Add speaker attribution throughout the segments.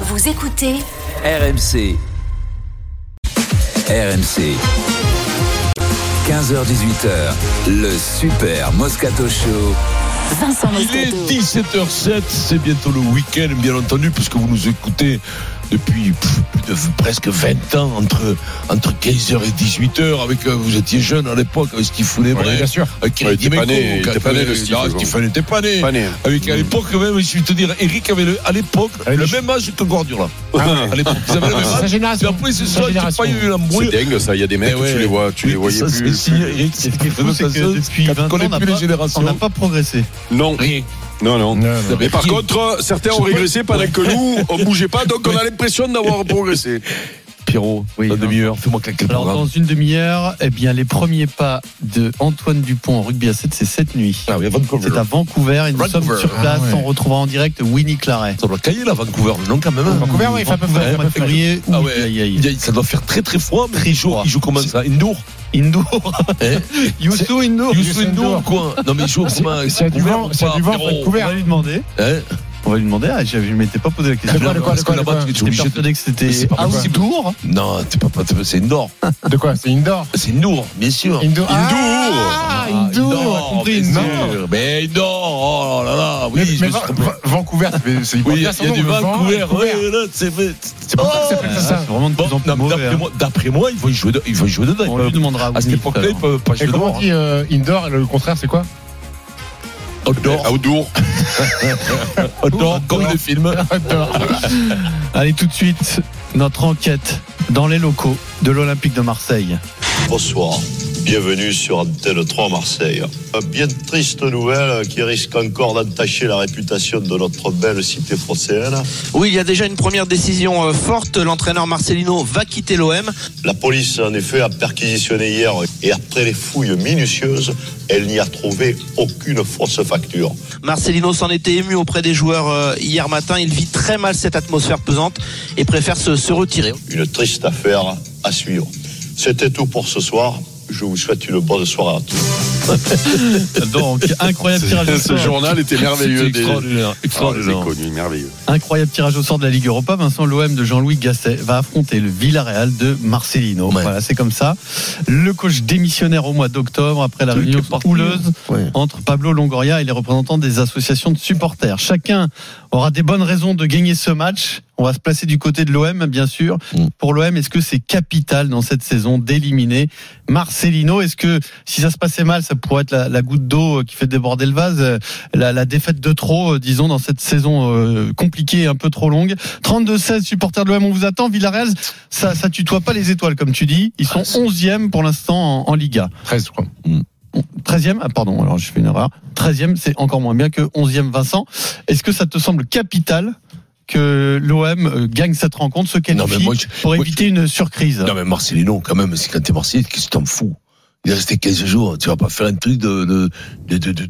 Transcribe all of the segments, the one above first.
Speaker 1: Vous écoutez
Speaker 2: RMC. RMC. 15h18h, le super Moscato Show.
Speaker 1: Vincent
Speaker 3: Il est
Speaker 1: Moscato.
Speaker 3: 17h07, c'est bientôt le week-end, bien entendu, puisque vous nous écoutez depuis pff, plus de- presque 20 ans, entre, entre 15h et 18h, avec, euh, vous étiez jeune à l'époque, avec Steve Foulet, bref,
Speaker 4: sûr.
Speaker 3: avec
Speaker 5: Ouais,
Speaker 3: Eric
Speaker 5: il était pas
Speaker 3: Dimeco,
Speaker 5: né, il était
Speaker 3: avec-
Speaker 5: pas né, le
Speaker 3: euh,
Speaker 5: Steve,
Speaker 3: non,
Speaker 5: bon.
Speaker 3: Stephen était pas né.
Speaker 5: Pas né. Mm.
Speaker 3: Avec, à l'époque, même, je vais te dire, Eric avait le- à l'époque
Speaker 4: Avec
Speaker 3: le
Speaker 4: les-
Speaker 3: même âge que Guardiola.
Speaker 4: Ah
Speaker 3: À l'époque, ils avaient le même
Speaker 4: Sa
Speaker 3: âge.
Speaker 4: génération.
Speaker 3: Et après, c'est
Speaker 4: Sa
Speaker 3: ça, j'ai
Speaker 4: génération.
Speaker 3: pas eu
Speaker 5: C'est
Speaker 3: l'embrouille.
Speaker 5: dingue ça, il y a des mecs,
Speaker 3: Eh ouais.
Speaker 5: tu les vois, tu les voyais
Speaker 3: ça,
Speaker 5: plus.
Speaker 3: c'est- Eric, c'est
Speaker 6: Ce qui est fou, c'est que depuis 20 ans,
Speaker 3: on ne
Speaker 6: on
Speaker 3: connaît
Speaker 6: n'a
Speaker 3: plus les
Speaker 6: pas- on
Speaker 3: générations.
Speaker 6: n'a pas progressé.
Speaker 5: Non,
Speaker 3: Rien.
Speaker 5: non, non. Mais par
Speaker 3: Rien.
Speaker 5: contre, certains ont
Speaker 3: Je
Speaker 5: régressé pendant que nous, on bougeait pas, donc on a l'impression d'avoir progressé.
Speaker 3: Pierrot,
Speaker 6: Oui,
Speaker 3: la
Speaker 6: non.
Speaker 3: demi-heure, fais-moi claquer le
Speaker 6: Alors,
Speaker 3: programme.
Speaker 6: dans une demi-heure, eh bien, les premiers pas de Antoine Dupont en rugby à 7, c'est cette nuit.
Speaker 3: Ah oui, à Vancouver.
Speaker 6: C'est à Vancouver et nous
Speaker 3: Vancouver.
Speaker 6: sommes sur place.
Speaker 4: Ah ouais.
Speaker 6: On retrouvera en direct Winnie Claret.
Speaker 3: Ça doit cailler là, Vancouver, non quand même. hein.
Speaker 4: Vancouver, ouais, il fait un peu
Speaker 6: Vancouver,
Speaker 4: frais,
Speaker 6: au mois de février.
Speaker 3: Ah
Speaker 6: Ouh,
Speaker 3: ouais.
Speaker 6: aïe, aïe.
Speaker 3: Il y a- Ça doit faire très très froid, mais
Speaker 6: Très
Speaker 3: il joue,
Speaker 6: froid.
Speaker 3: il joue comment ça Indoor
Speaker 6: Indoor.
Speaker 3: Eh
Speaker 6: Youssou Indoor.
Speaker 3: Youssou
Speaker 4: Youssou
Speaker 3: Indoor quoi Non mais il joue comment
Speaker 4: c'est du
Speaker 3: couvert
Speaker 4: vent,
Speaker 3: ou
Speaker 4: c'est
Speaker 3: pas,
Speaker 4: du vent,
Speaker 3: Pierrot
Speaker 4: faut être
Speaker 6: On
Speaker 4: couvert.
Speaker 6: va lui demander.
Speaker 3: Hein
Speaker 6: On va lui demander. Ah, j'avais- je m'étais pas posé la question.
Speaker 4: De quoi, de quoi,
Speaker 3: Parce que
Speaker 4: quoi,
Speaker 3: là-bas,
Speaker 4: quoi
Speaker 3: tu es
Speaker 6: J'étais
Speaker 3: obligé de-
Speaker 6: persuadé que c'était
Speaker 3: Mais c'est pas possible.
Speaker 6: outdoor.
Speaker 3: Non, t'es pas, pas- t'es pas- c'est Indoor.
Speaker 4: De quoi C'est indoor
Speaker 3: C'est Indoor, bien sûr.
Speaker 4: Indoor
Speaker 3: Ah, Indoor, bien sûr. Mais Indoor, oh là là, oui,
Speaker 4: Mais,
Speaker 3: je
Speaker 4: mais
Speaker 3: me suis
Speaker 4: Va-
Speaker 3: trompé.
Speaker 4: Va- Vancouver, c'est- c'est
Speaker 3: Oui, il y a- il y a du Vancouver. ouais, là, C'est Oh
Speaker 4: C'est pour ça que ça s'appelle
Speaker 6: Ah,
Speaker 4: ça.
Speaker 6: C'est vraiment de
Speaker 3: Bon,
Speaker 6: plus en plus
Speaker 3: non,
Speaker 6: mauvais.
Speaker 3: D'après
Speaker 6: hein.
Speaker 3: moi, d'après moi, ils vont y jouer, de- ils vont y jouer dedans.
Speaker 6: On
Speaker 3: Ils
Speaker 6: lui
Speaker 3: peuvent-
Speaker 6: demandera.
Speaker 3: À cette
Speaker 6: Winnie
Speaker 3: époque-là,
Speaker 6: tout
Speaker 3: ils
Speaker 6: à l'heure.
Speaker 3: peuvent pas
Speaker 4: Et
Speaker 3: jouer
Speaker 4: comment on
Speaker 3: dehors. hein.
Speaker 4: dit euh, indoor, le contraire, c'est quoi
Speaker 3: Outdoor,
Speaker 5: Outdoor.
Speaker 3: outdoor, comme le film.
Speaker 4: Outdoor.
Speaker 6: Allez tout de suite, notre enquête dans les locaux de l'Olympique de Marseille.
Speaker 7: Bonsoir. Bienvenue sur Antenne 3 Marseille. Une bien triste nouvelle qui risque encore d'entacher la réputation de notre belle cité phocéenne.
Speaker 8: Oui, il y a déjà une première décision euh, forte. L'entraîneur Marcelino va quitter l'OM.
Speaker 7: La police, en effet, a perquisitionné hier et après les fouilles minutieuses, elle n'y a trouvé aucune fausse facture.
Speaker 8: Marcelino s'en était ému auprès des joueurs euh, hier matin. Il vit très mal cette atmosphère pesante et préfère se, se retirer.
Speaker 7: Une triste affaire à suivre. C'était tout pour ce soir. Je vous souhaite une bonne soirée à tous.
Speaker 6: Donc incroyable tirage au
Speaker 5: Ce
Speaker 6: sort.
Speaker 5: journal était merveilleux.
Speaker 3: C'était
Speaker 5: des-
Speaker 3: extraordinaire.
Speaker 5: Ah, on les
Speaker 3: extraordinaire.
Speaker 5: a connus, merveilleux.
Speaker 6: Incroyable tirage au sort de la Ligue Europa. Vincent, l'OM de Jean-Louis Gasset va affronter le Villarreal de Marcelino.
Speaker 3: Ouais.
Speaker 6: Voilà, c'est comme ça. Le coach démissionnaire au mois d'octobre après la
Speaker 3: Truc
Speaker 6: réunion
Speaker 3: sportif.
Speaker 6: houleuse
Speaker 3: Ouais.
Speaker 6: entre Pablo Longoria et les représentants des associations de supporters. Chacun aura des bonnes raisons de gagner ce match. On va se placer du côté de l'OM, bien sûr.
Speaker 3: Mm.
Speaker 6: Pour l'OM, est-ce que c'est capital dans cette saison d'éliminer Marcelino Est-ce que si ça se passait mal, ça pourrait être la, la goutte d'eau euh, qui fait déborder le vase euh, la, la défaite de trop, euh, disons, dans cette saison euh, compliquée et un peu trop longue 32-16, supporters de l'OM, on vous attend. Villarreal, ça, ça tutoie pas les étoiles, comme tu dis. Ils sont 11e pour l'instant en, en Liga.
Speaker 4: 13, je crois.
Speaker 6: 13e, ah pardon, alors j'ai fait une erreur. 13e, c'est encore moins bien que 11e, Vincent. Est-ce que ça te semble capital que l'OM euh, gagne cette rencontre, se
Speaker 3: Non, mais
Speaker 6: qualifie
Speaker 3: moi, je-
Speaker 6: pour
Speaker 3: moi,
Speaker 6: éviter une surcrise
Speaker 3: Non, mais Marcelino, quand même, c'est quand t'es Marseillais, qu'est-ce que t'en fous Il est resté 15 jours, tu vas pas faire un truc de. de, de, de, de- de-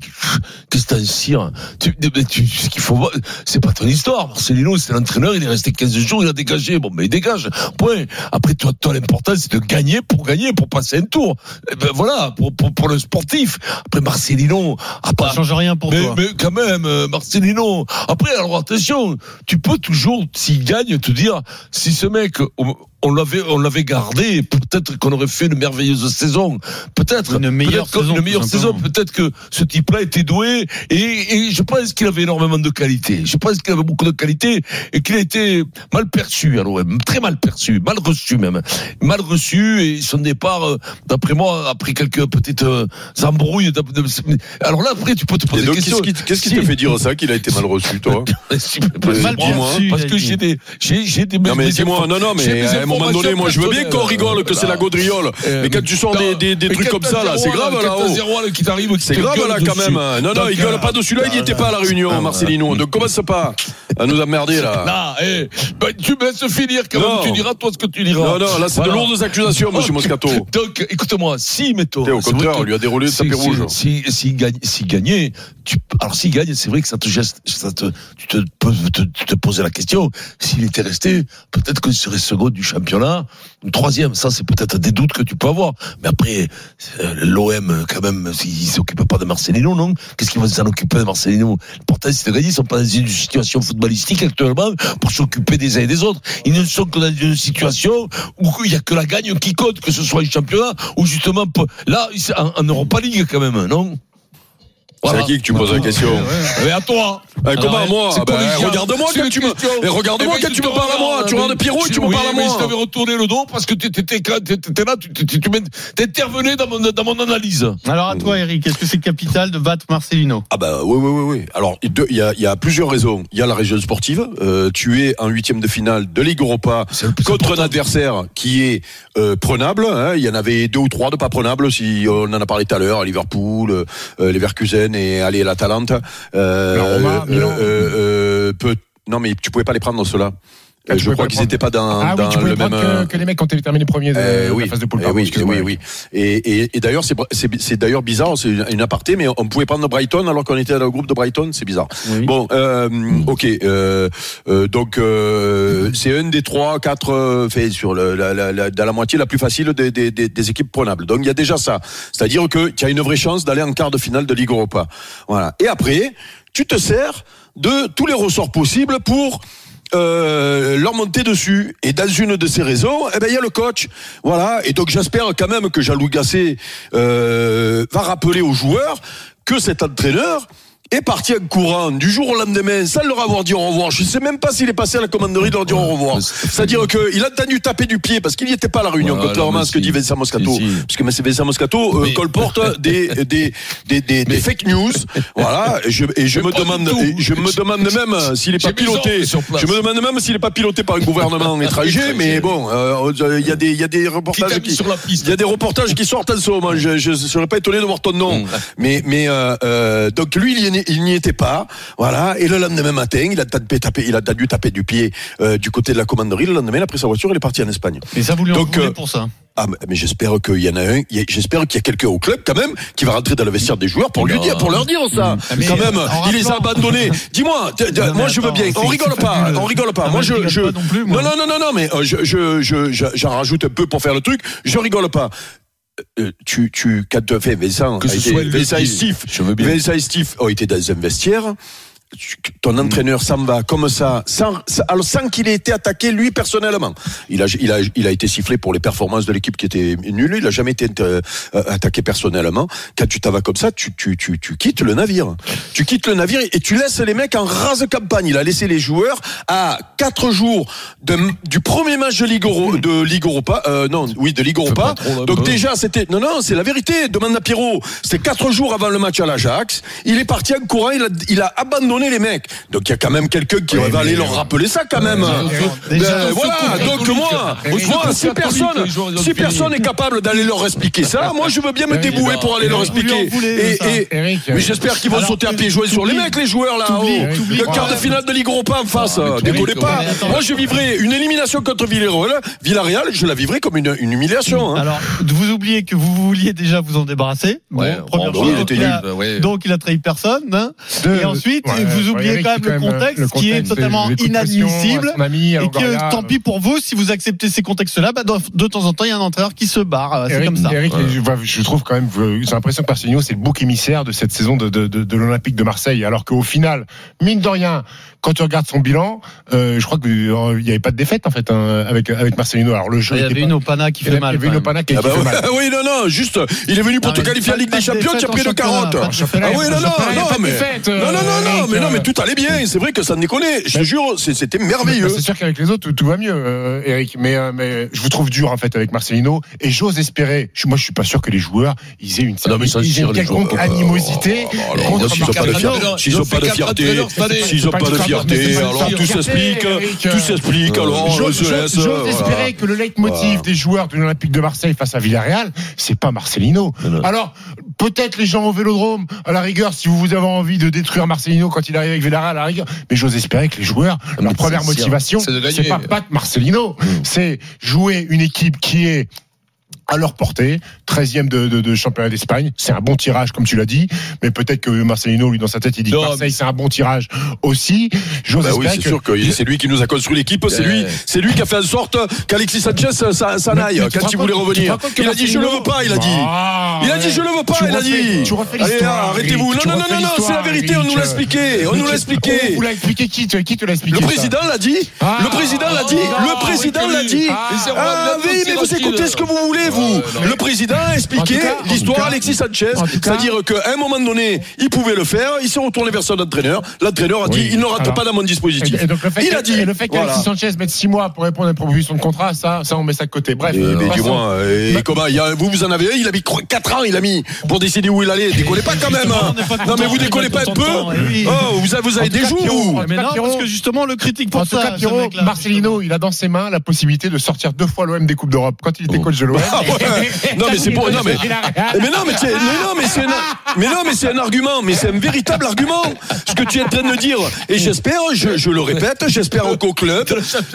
Speaker 3: qu'est-ce que t'en cires tu, de- de- tu- Ce qu'il faut voir, c'est pas ton histoire. Marcelino, c'est l'entraîneur, il est resté 15 jours, il a dégagé. Bon, mais il dégage. Point. Après, toi, toi l'important, c'est de gagner pour gagner, pour passer un tour. Eh ben, voilà, pour, pour, pour le sportif. Après, Marcelino, à
Speaker 6: Ça
Speaker 3: part.
Speaker 6: change rien pour
Speaker 3: Mais,
Speaker 6: toi.
Speaker 3: mais quand même, euh, Marcelino. Après, alors attention, tu peux toujours, s'il gagne, te dire si ce mec, on, on l'avait, on l'avait gardé, peut-être qu'on aurait fait une merveilleuse saison, peut-être
Speaker 6: Une meilleure
Speaker 3: peut-être que-
Speaker 6: saison,
Speaker 3: une meilleure
Speaker 6: tout
Speaker 3: saison.
Speaker 6: simplement.
Speaker 3: Peut-être que ce type-là était doué et, et je pense qu'il avait énormément de qualité. Je pense qu'il avait beaucoup de qualité et qu'il a été mal perçu à l'OM, très mal perçu, mal reçu même, mal reçu et son départ, euh, d'après moi, après quelques petites euh, embrouilles. d'ab- de- Alors là, après, tu peux te
Speaker 5: Et
Speaker 3: poser des
Speaker 5: donc,
Speaker 3: questions.
Speaker 5: qu'est-ce qui, qu'est-ce qui
Speaker 3: Si.
Speaker 5: te fait dire ça, qu'il a été mal reçu, toi
Speaker 3: Parce-
Speaker 6: Mal
Speaker 3: parce-
Speaker 6: perçu,
Speaker 3: parce
Speaker 6: il a
Speaker 3: que
Speaker 6: dit.
Speaker 3: j'ai des, j'ai, j'ai des.
Speaker 5: Non, mais
Speaker 3: mes-
Speaker 5: dis-moi, non, non,
Speaker 3: j'ai
Speaker 5: mais
Speaker 3: mes
Speaker 5: à un moment donné, moi, je veux bien
Speaker 3: informations
Speaker 5: qu'on rigole, que c'est la
Speaker 3: personnelles.
Speaker 5: gaudriole.
Speaker 3: Euh,
Speaker 5: Mais quand tu sors des, des, des
Speaker 3: mais
Speaker 5: trucs
Speaker 3: quand
Speaker 5: comme
Speaker 3: t'as
Speaker 5: ça, là, c'est
Speaker 3: zéro,
Speaker 5: grave,
Speaker 3: quand
Speaker 5: là,
Speaker 3: t'as
Speaker 5: oh.
Speaker 3: zéro, là, qui t'arrive, qui
Speaker 5: C'est
Speaker 3: te
Speaker 5: grave
Speaker 3: gueule
Speaker 5: là quand
Speaker 3: dessus.
Speaker 5: même. Non, non,
Speaker 3: Donc,
Speaker 5: il gueule
Speaker 3: euh,
Speaker 5: pas de celui-là, il n'y était pas à la
Speaker 3: ah,
Speaker 5: réunion, Marcelino. Donc commence pas à nous emmerder là.
Speaker 3: Là, eh, bah, tu me laisses finir quand
Speaker 5: Non.
Speaker 3: même, tu diras toi ce que tu
Speaker 5: Non,
Speaker 3: diras.
Speaker 5: non, là c'est
Speaker 3: Voilà.
Speaker 5: de lourdes accusations, monsieur
Speaker 3: Donc,
Speaker 5: Moscato.
Speaker 3: Donc, écoute-moi, oh, si, mettons.
Speaker 5: Au
Speaker 3: c'est vrai
Speaker 5: contraire,
Speaker 3: que-
Speaker 5: on lui a déroulé le
Speaker 3: si,
Speaker 5: tapis
Speaker 3: si-
Speaker 5: rouge.
Speaker 3: Si, si, gagne, si gagnait, tu, alors s'il gagne, c'est vrai que ça te geste, ça te, tu te, poses- te, te, posais la question. S'il était resté, peut-être que serait second du championnat, ou troisième. Ça, c'est peut-être des doutes que tu peux avoir. Mais après, euh, l'OM, quand même, il s'occupe pas de Marcelino, non Qu'est-ce qu'ils vont s'en occuper de Marcelino Pourtant, c'est gagné, ils sont pas dans une situation footballistique actuellement pour s'occuper des uns et des autres. Ils ne sont que dans une situation où il n'y a que la gagne qui compte, que ce soit un championnat ou justement, peu- là, ils sont en, en Europa League quand même, non
Speaker 5: C'est à qui que tu poses la question
Speaker 3: Mais à toi
Speaker 5: Eh, Comment à
Speaker 3: ouais.
Speaker 5: moi
Speaker 3: C'est
Speaker 5: Ah ben,
Speaker 3: collégial.
Speaker 4: hein.
Speaker 5: Regarde-moi
Speaker 3: C'est
Speaker 5: quand
Speaker 3: une
Speaker 5: tu me
Speaker 3: question.
Speaker 5: Eh, regarde-moi
Speaker 3: Eh ben,
Speaker 5: quand tu me
Speaker 3: te
Speaker 5: parles à moi.
Speaker 3: regardes,
Speaker 5: Tu regardes
Speaker 3: mais
Speaker 5: Pierrot et tu me
Speaker 3: oui,
Speaker 5: parles à
Speaker 3: mais Je
Speaker 5: moi.
Speaker 3: t'avais retourné le dos parce que tu étais, là, tu tu- tu- tu m'in- t'intervenais dans mon, dans mon analyse.
Speaker 6: Alors à toi, Eric, est-ce que c'est capital de battre Marcelino
Speaker 5: Ah bah oui, oui, oui, oui. Alors, il de- il y a, il y a plusieurs raisons. Il y a la région sportive. Euh, tu es en huitième de finale de Ligue Europa
Speaker 3: C'est le plus
Speaker 5: contre un adversaire qui est euh, prenable. hein. Il y en avait deux ou trois de pas prenables, si on en a parlé tout à l'heure, Liverpool, euh, euh, Leverkusen et allez, l'Atalanta. Euh,
Speaker 4: La Roma, Milan.
Speaker 5: euh, peu- non, mais tu pouvais pas les prendre, ceux-là.
Speaker 4: Ah,
Speaker 5: Euh,
Speaker 4: tu
Speaker 5: je
Speaker 4: pouvais
Speaker 5: crois
Speaker 4: pas
Speaker 5: qu'ils
Speaker 4: prendre.
Speaker 5: n'étaient pas dans,
Speaker 4: Ah oui,
Speaker 5: dans
Speaker 4: tu pouvais
Speaker 5: le même...
Speaker 4: prendre que, que les mecs quand t'es terminé premier de,
Speaker 5: Euh,
Speaker 4: de
Speaker 5: oui.
Speaker 4: la phase de poule.
Speaker 5: Eh
Speaker 4: pardon,
Speaker 5: oui,
Speaker 4: excuse-moi.
Speaker 5: oui, oui. Et, et- et d'ailleurs, c'est c'est- c'est d'ailleurs bizarre, c'est une aparté, mais on pouvait prendre Brighton alors qu'on était dans le groupe de Brighton, c'est bizarre. Bon, euh, ok. euh, euh, donc, euh, c'est une des trois, quatre, euh, fait sur le, la, la, la- dans la moitié la plus facile des, des, des, des équipes prenables. Donc, il y a déjà ça. C'est-à-dire que tu as une vraie chance d'aller en quart de finale de Ligue Europa. Voilà. Et après, tu te sers de tous les ressorts possibles pour euh, leur monter dessus. Et dans une de ces raisons, eh ben, il y a le coach. Voilà. Et donc, j'espère quand même que Jean-Louis Gasset euh, va rappeler aux joueurs que cet entraîneur est parti en courant du jour au lendemain sans leur avoir dit au revoir. Je ne sais même pas s'il est passé à la commanderie de leur dire au revoir.
Speaker 3: Ouais, c'est-
Speaker 5: C'est-à-dire qu'il a entendu taper du pied parce qu'il n'y était pas à la réunion,
Speaker 3: Voilà,
Speaker 5: contrairement
Speaker 3: mais
Speaker 5: à ce que
Speaker 3: si.
Speaker 5: dit Vincent Moscato.
Speaker 3: Si, si.
Speaker 5: Parce que M. Vincent Moscato euh,
Speaker 3: Mais-
Speaker 5: colporte des, des, des, des, des fake news. voilà. Et je, et je
Speaker 3: Mais
Speaker 5: me
Speaker 3: pas du
Speaker 5: demande,
Speaker 3: tout.
Speaker 5: et je me demande même euh, s'il n'est
Speaker 3: J'ai
Speaker 5: pas
Speaker 3: mes ordres
Speaker 5: piloté.
Speaker 3: sur place.
Speaker 5: Je me demande même s'il n'est pas piloté par un gouvernement étranger. mais bon, euh, il y a des, il y a des
Speaker 3: Qui t'a
Speaker 5: reportages
Speaker 3: mis
Speaker 5: qui.
Speaker 3: sur la piste
Speaker 5: Il y a des reportages qui sortent en ce moment. Je, je, serais pas étonné de voir ton nom. Mais, mais euh, euh, donc lui, il y n'y- il n'y était pas. Voilà. Et le lendemain matin, il a tapé, tapé- il a dû taper du pied euh, du côté de la commanderie. Le lendemain, il a pris sa voiture, il est parti en Espagne.
Speaker 6: Et ça, vous lui en
Speaker 5: Donc,
Speaker 6: voulez
Speaker 5: euh,
Speaker 6: pour ça
Speaker 5: Ah, mais- mais j'espère qu'il y en a un. il y a- J'espère qu'il y a quelqu'un au club quand même qui va rentrer dans le vestiaire des joueurs pour lui
Speaker 3: Non.
Speaker 5: dire, pour leur dire ça.
Speaker 6: Eh ben, mm, Mais
Speaker 5: quand même,
Speaker 6: en
Speaker 5: il les a
Speaker 6: rappelant-
Speaker 5: abandonnés. Dis-moi, t- t-
Speaker 6: Non, mais
Speaker 5: moi je veux
Speaker 6: attends,
Speaker 5: bien.
Speaker 6: c'est-
Speaker 5: On rigole
Speaker 6: c'est
Speaker 5: pas.
Speaker 6: fabuleux.
Speaker 5: On rigole pas.
Speaker 6: Ah,
Speaker 5: Moi
Speaker 6: moi, je
Speaker 5: je,
Speaker 6: rigole
Speaker 5: je-
Speaker 6: pas non plus, moi.
Speaker 5: non non non non non, mais euh, je je je- je- j'en rajoute un peu pour faire le truc. Je rigole pas. Euh, tu tu quand tu as fait Vincent,
Speaker 3: Que
Speaker 5: a
Speaker 3: ce
Speaker 5: été-
Speaker 3: soit le
Speaker 5: Vincent et
Speaker 3: pied.
Speaker 5: Steve,
Speaker 3: Je veux bien.
Speaker 5: Vincent et Steve ont été dans un vestiaire. Tu-
Speaker 3: Mm.
Speaker 5: Ton entraîneur s'en va comme ça, sans, sans- alors sans qu'il ait été attaqué lui personnellement. Il a, il a, il a été sifflé pour les performances de l'équipe qui était nulle. Il a jamais été euh, attaqué personnellement. Quand tu t'en vas comme ça, tu, tu, tu, tu quittes le navire. Tu quittes le navire et tu laisses les mecs en rase campagne. Il a laissé les joueurs à quatre jours de- du premier match de Ligue, Euro- de Ligue Europa. euh, non, oui, de Ligue Europa.
Speaker 3: Hmm. pas trop la
Speaker 5: Donc
Speaker 3: bonne.
Speaker 5: déjà déjà, c'était. Non, non, c'est la vérité. Demande à Pierrot. C'était quatre jours avant le match à l'Ajax. Il est parti en courant. Il a, il a abandonné les mecs. Donc il y a quand même quelqu'un qui va aller leur rappeler ça quand même. Ben,
Speaker 6: Déjà,
Speaker 5: voilà. Donc moi,
Speaker 4: Mais oui,
Speaker 5: moi,
Speaker 4: mais
Speaker 5: si
Speaker 4: c'est
Speaker 5: personne,
Speaker 3: les joueurs, ils ont
Speaker 5: si
Speaker 3: fini.
Speaker 5: personne est capable d'aller leur expliquer ça, Ah, moi je veux bien me
Speaker 4: Mais oui,
Speaker 5: débrouiller
Speaker 3: non.
Speaker 5: pour aller
Speaker 6: Mais
Speaker 5: leur
Speaker 6: vous lui en
Speaker 5: expliquer.
Speaker 6: voulez, ça,
Speaker 5: Et, et-
Speaker 4: Eric,
Speaker 5: mais j'espère qu'ils vont
Speaker 6: Alors,
Speaker 5: sauter à
Speaker 6: tu-
Speaker 5: pieds joués sur les
Speaker 6: t'oublies-
Speaker 5: mecs, les joueurs là-haut.
Speaker 6: t'oublies- Ah,
Speaker 4: t'oublies
Speaker 5: Le
Speaker 4: pas.
Speaker 5: quart de finale de Ligue Europa en face.
Speaker 3: mais t'oublies
Speaker 5: Décollez
Speaker 3: que-
Speaker 5: pas.
Speaker 6: Mais attends.
Speaker 5: Moi je vivrai une élimination contre Villarreal. Villarreal, je la vivrai comme une, une humiliation. hein.
Speaker 6: Alors, vous oubliez que vous vouliez déjà vous en débarrasser. Bon,
Speaker 3: Ouais,
Speaker 5: Oh,
Speaker 6: première
Speaker 3: bon,
Speaker 6: chose,
Speaker 3: bah,
Speaker 6: donc,
Speaker 3: il était
Speaker 6: il a-
Speaker 3: nul, bah, ouais.
Speaker 6: donc il a trahi personne. hein.
Speaker 4: Deux-
Speaker 6: et ensuite,
Speaker 4: ouais,
Speaker 6: vous oubliez
Speaker 4: Eric,
Speaker 6: quand même le
Speaker 5: euh,
Speaker 6: contexte, qui est
Speaker 4: euh, contexte,
Speaker 6: totalement
Speaker 4: les coups de pression à
Speaker 6: inadmissible.
Speaker 4: son ami, à
Speaker 6: Et
Speaker 4: Longoria,
Speaker 6: que tant pis pour vous, si vous acceptez ces contextes-là, bah, de, de temps en temps, il y a un entraîneur qui se barre. euh, C'est
Speaker 4: Eric,
Speaker 6: comme ça.
Speaker 4: Eric, je, bah, je trouve quand même, euh, j'ai l'impression que Marcelino, c'est le bouc émissaire de cette saison de, de, de, de l'Olympique de Marseille. Alors qu'au final, mine de rien, quand tu regardes son bilan, euh, je crois qu'il n'y avait pas de défaite, en fait, hein, avec, avec Marcelino. Alors le jeu
Speaker 6: Il y
Speaker 4: était
Speaker 6: avait
Speaker 4: pas-
Speaker 6: une Opana qui
Speaker 4: il y
Speaker 6: fait
Speaker 4: avait-
Speaker 6: mal.
Speaker 4: Il y avait une
Speaker 6: quand
Speaker 4: Opana qui
Speaker 5: Ah
Speaker 4: qui
Speaker 5: bah
Speaker 4: fait
Speaker 5: ouais.
Speaker 4: mal.
Speaker 5: oui, non, non, juste, il est venu pour
Speaker 6: Non,
Speaker 5: te
Speaker 6: mais
Speaker 5: qualifier à
Speaker 6: pas de
Speaker 5: Ligue des
Speaker 6: défaite
Speaker 5: Champions, tu as
Speaker 6: en
Speaker 5: pris le
Speaker 6: championnat,
Speaker 5: carotte.
Speaker 6: pas de
Speaker 5: Ah
Speaker 4: championnat,
Speaker 5: oui,
Speaker 4: pas
Speaker 5: non,
Speaker 4: de
Speaker 5: non,
Speaker 4: championnat,
Speaker 5: non,
Speaker 4: pas de
Speaker 5: mais.
Speaker 4: défaite, euh,
Speaker 5: Non, non, non, non,
Speaker 4: Eric,
Speaker 5: mais non, mais
Speaker 4: euh.
Speaker 5: tout allait bien, c'est vrai que ça déconnait. Je te jure, c'est- c'était merveilleux.
Speaker 4: Bah, C'est sûr qu'avec les autres, tout, tout va mieux, euh, Eric. Mais, euh, mais je vous trouve dur, en fait, avec Marcelino. Et j'ose espérer. je- moi, je suis pas sûr que les joueurs, ils aient une,
Speaker 3: Ah non, mais ça,
Speaker 4: ils aient
Speaker 3: sûr,
Speaker 4: une
Speaker 3: les
Speaker 4: quelconque
Speaker 3: joueurs.
Speaker 4: animosité.
Speaker 5: Ah, alors,
Speaker 4: contre
Speaker 5: s'ils ont pas de
Speaker 4: Marcelino.
Speaker 5: fierté,
Speaker 3: entraîneurs,
Speaker 5: s'ils
Speaker 3: ils
Speaker 5: ont
Speaker 3: ont
Speaker 5: pas
Speaker 3: fait
Speaker 5: de
Speaker 3: quatre
Speaker 5: fierté,
Speaker 3: entraîneurs cette année.
Speaker 5: s'ils ont pas de
Speaker 4: Pas de
Speaker 5: fierté,
Speaker 4: fierté,
Speaker 5: alors tout
Speaker 4: Eric.
Speaker 5: s'explique,
Speaker 4: Eric,
Speaker 5: tout
Speaker 4: euh,
Speaker 5: s'explique, alors on
Speaker 4: J'ose
Speaker 5: se laisse.
Speaker 4: j'ose
Speaker 5: voilà.
Speaker 4: espérer que le leitmotiv
Speaker 5: Voilà.
Speaker 4: des joueurs de l'Olympique de Marseille face à Villarreal, c'est pas Marcelino.
Speaker 3: non.
Speaker 4: Alors, peut-être les gens au vélodrome, à la rigueur, si vous avez envie de détruire Marcelino quand il arrive avec Villarreal, à la rigueur. Mais j'ose espérer que les joueurs,
Speaker 5: Ah,
Speaker 3: mais
Speaker 4: leur
Speaker 3: c'est
Speaker 4: première
Speaker 3: sûr,
Speaker 4: motivation,
Speaker 3: c'est de gagner.
Speaker 5: Hmm.
Speaker 4: c'est pas battre Marcelino, c'est jouer une équipe qui est à leur portée. 13e de, de- de championnat d'Espagne. C'est un bon tirage, comme tu l'as dit. Mais peut-être que Marcelino, lui, dans sa tête, il dit que
Speaker 3: Non,
Speaker 4: Marseille, c'est un bon tirage aussi. J'ose
Speaker 5: Bah oui,
Speaker 4: espérer
Speaker 5: c'est
Speaker 4: que-
Speaker 5: sûr que c'est lui qui nous a construit l'équipe, c'est
Speaker 3: Ouais.
Speaker 5: lui, c'est lui qui a fait en sorte qu'Alexis Sanchez s'en s'en
Speaker 4: Mais-
Speaker 5: aille
Speaker 4: mais tu te
Speaker 5: quand il
Speaker 4: rends
Speaker 5: voulait
Speaker 4: compte- tu te
Speaker 5: revenir.
Speaker 4: rends compte que
Speaker 5: Il a dit je le
Speaker 4: Marcelino-
Speaker 5: veux pas, il a dit.
Speaker 4: Ah,
Speaker 5: Il a dit
Speaker 4: ouais.
Speaker 5: je le veux pas,
Speaker 4: Tu
Speaker 5: il a
Speaker 4: refais-
Speaker 5: dit.
Speaker 4: Tu refais
Speaker 5: Allez,
Speaker 4: l'histoire.
Speaker 5: ah, arrêtez-vous.
Speaker 4: Eric.
Speaker 5: Non,
Speaker 4: Tu
Speaker 5: non, non,
Speaker 4: refais
Speaker 5: non, non, c'est la
Speaker 4: l'histoire,
Speaker 5: vérité, on
Speaker 4: Eric.
Speaker 5: nous l'a expliqué, on
Speaker 4: Mais
Speaker 5: nous l'a
Speaker 4: tu-
Speaker 5: expliqué.
Speaker 4: On vous l'a expliqué qui te- Qui te l'a expliqué
Speaker 5: Le
Speaker 4: ça
Speaker 5: président l'a dit.
Speaker 4: Ah.
Speaker 5: le président l'a dit.
Speaker 4: Ah,
Speaker 5: le président
Speaker 3: oui,
Speaker 5: l'a dit.
Speaker 4: Ah.
Speaker 3: Mais c'est vrai,
Speaker 5: Ah
Speaker 3: bien
Speaker 5: oui,
Speaker 3: sûr,
Speaker 5: mais
Speaker 3: c'est
Speaker 5: vous
Speaker 3: rapide.
Speaker 5: écoutez ce que vous voulez, vous.
Speaker 3: Ah, ouais,
Speaker 5: le président a expliqué
Speaker 4: Oh, En tout cas, en tout
Speaker 5: l'histoire
Speaker 4: cas,
Speaker 5: Alexis Sanchez.
Speaker 4: en tout cas-
Speaker 5: C'est-à-dire qu'à un moment donné, il pouvait le faire. Il s'est retourné vers son entraîneur. L'entraîneur a dit
Speaker 4: Oui.
Speaker 5: il ne rentre
Speaker 4: Alors.
Speaker 5: pas dans mon dispositif.
Speaker 4: Et- et donc le fait
Speaker 5: il
Speaker 4: que-
Speaker 5: a dit.
Speaker 4: et le fait qu'Alexis
Speaker 5: Voilà.
Speaker 4: Sanchez mette 6 mois pour répondre à une proposition de contrat, ça, ça on met ça de côté. Bref,
Speaker 5: Eh ben,
Speaker 4: passons.
Speaker 5: dis-moi, euh, et
Speaker 4: Bah-
Speaker 5: comment, il y a- vous vous en avez un, il a mis 4 ans, il a mis pour décider où il allait. Décollez pas quand même. hein.
Speaker 6: on n'est pas
Speaker 5: Non
Speaker 6: content,
Speaker 5: mais vous
Speaker 6: on est
Speaker 5: décollez pas
Speaker 6: pas
Speaker 5: un peu.
Speaker 6: content, eh oui.
Speaker 5: Oh, vous avez, vous avez
Speaker 4: En tout
Speaker 5: des
Speaker 4: cas,
Speaker 5: jours.
Speaker 4: Pierrot,
Speaker 5: vous.
Speaker 4: en tout
Speaker 6: Mais
Speaker 4: cas,
Speaker 6: non,
Speaker 4: Pierrot-
Speaker 6: parce que justement, le critique pour
Speaker 4: en
Speaker 6: ça.
Speaker 4: tout cas,
Speaker 6: ce
Speaker 4: Pierrot,
Speaker 6: mec-là,
Speaker 4: Marcelino, il a dans ses mains la possibilité de sortir deux fois l'OM des Coupes d'Europe quand il était coach de l'OM.
Speaker 5: Ah ouais. Non mais c'est pour non mais
Speaker 4: Il a- Ah.
Speaker 5: Eh, Mais non, mais, c'est- mais non, mais c'est un, mais non, mais c'est un argument, mais c'est un véritable argument, ce que tu es en train de dire. Et j'espère, je, je le répète, j'espère encore club.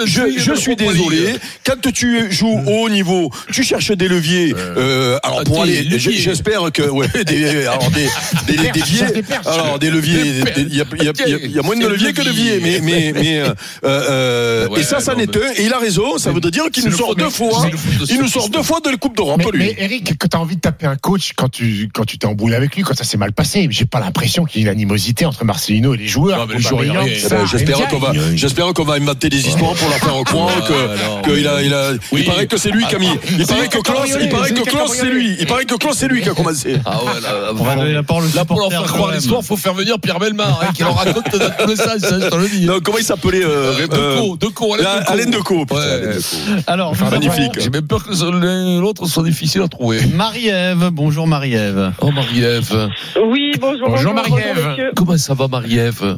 Speaker 5: Je, je suis désolé. Quand tu joues au haut niveau, tu cherches des leviers. euh, alors pour
Speaker 3: Ah, des
Speaker 5: aller,
Speaker 3: leviers.
Speaker 5: j- j'espère que ouais, des, alors des, des, des,
Speaker 4: cherche des
Speaker 5: leviers.
Speaker 4: perches.
Speaker 5: Alors des leviers. des- des- Il y a, il y a- il y a- il y a moins de
Speaker 3: C'est
Speaker 5: leviers que de
Speaker 3: levier.
Speaker 5: leviers, mais mais mais. euh, euh,
Speaker 3: Ouais,
Speaker 5: et ça, ça
Speaker 3: non,
Speaker 5: n'est
Speaker 3: mais-
Speaker 5: un. Et il a raison. Ça veut dire qu'il
Speaker 3: c'est
Speaker 5: nous
Speaker 3: le
Speaker 5: sort
Speaker 3: foot,
Speaker 5: deux
Speaker 3: mais-
Speaker 5: fois.
Speaker 3: c'est le foot de
Speaker 5: Il nous
Speaker 3: ce-
Speaker 5: sort deux fois de la Coupe d'Europe,
Speaker 4: Mais,
Speaker 5: lui.
Speaker 4: mais Eric, quand t'as envie de taper un coach, quand tu quand tu t'es embrouillé avec lui, quand ça s'est mal passé, j'ai pas l'impression qu'il y ait une animosité entre Marcelino et les joueurs.
Speaker 3: Non, mais les joueurs, il y a
Speaker 4: Aubameyang,
Speaker 3: rien.
Speaker 5: Eh
Speaker 4: ça,
Speaker 5: ben, J'espère
Speaker 4: Ndiaye.
Speaker 5: qu'on va, j'espère qu'on va inventer des histoires pour leur faire croire
Speaker 3: Ouais,
Speaker 5: que,
Speaker 3: non.
Speaker 5: que il a, il a,
Speaker 3: Ah, Oui. Ah,
Speaker 5: il paraît que c'est lui qui a mis, il paraît que Klaus, il paraît que Klaus c'est lui, il paraît que Klaus c'est lui qui a commencé.
Speaker 3: Ah ouais, là,
Speaker 6: On va donner la parole au
Speaker 3: Là, pour leur
Speaker 6: supporter
Speaker 3: faire croire
Speaker 6: quand même.
Speaker 3: l'histoire, faut faire venir Pierre Belmar, hein, qui leur raconte dans tout le sens, hein, je te le dis.
Speaker 5: Non, comment il s'appelait euh,
Speaker 3: Euh,
Speaker 5: euh,
Speaker 3: Decaux, Decaux, Alain
Speaker 5: la-
Speaker 3: Decaux.
Speaker 5: Alain Decaux, putain,
Speaker 3: Ouais.
Speaker 5: Alain Decaux.
Speaker 6: Alors, nous avons
Speaker 5: magnifique.
Speaker 3: J'ai même peur que ce- l'un et l'autre soit difficile à trouver.
Speaker 6: Marie-Ève, bonjour Marie-Ève.
Speaker 3: Oh Marie-Ève,
Speaker 1: Oui, bonjour.
Speaker 4: Bonjour, Marie-Ève.
Speaker 1: monsieur.
Speaker 3: comment ça va Marie-Ève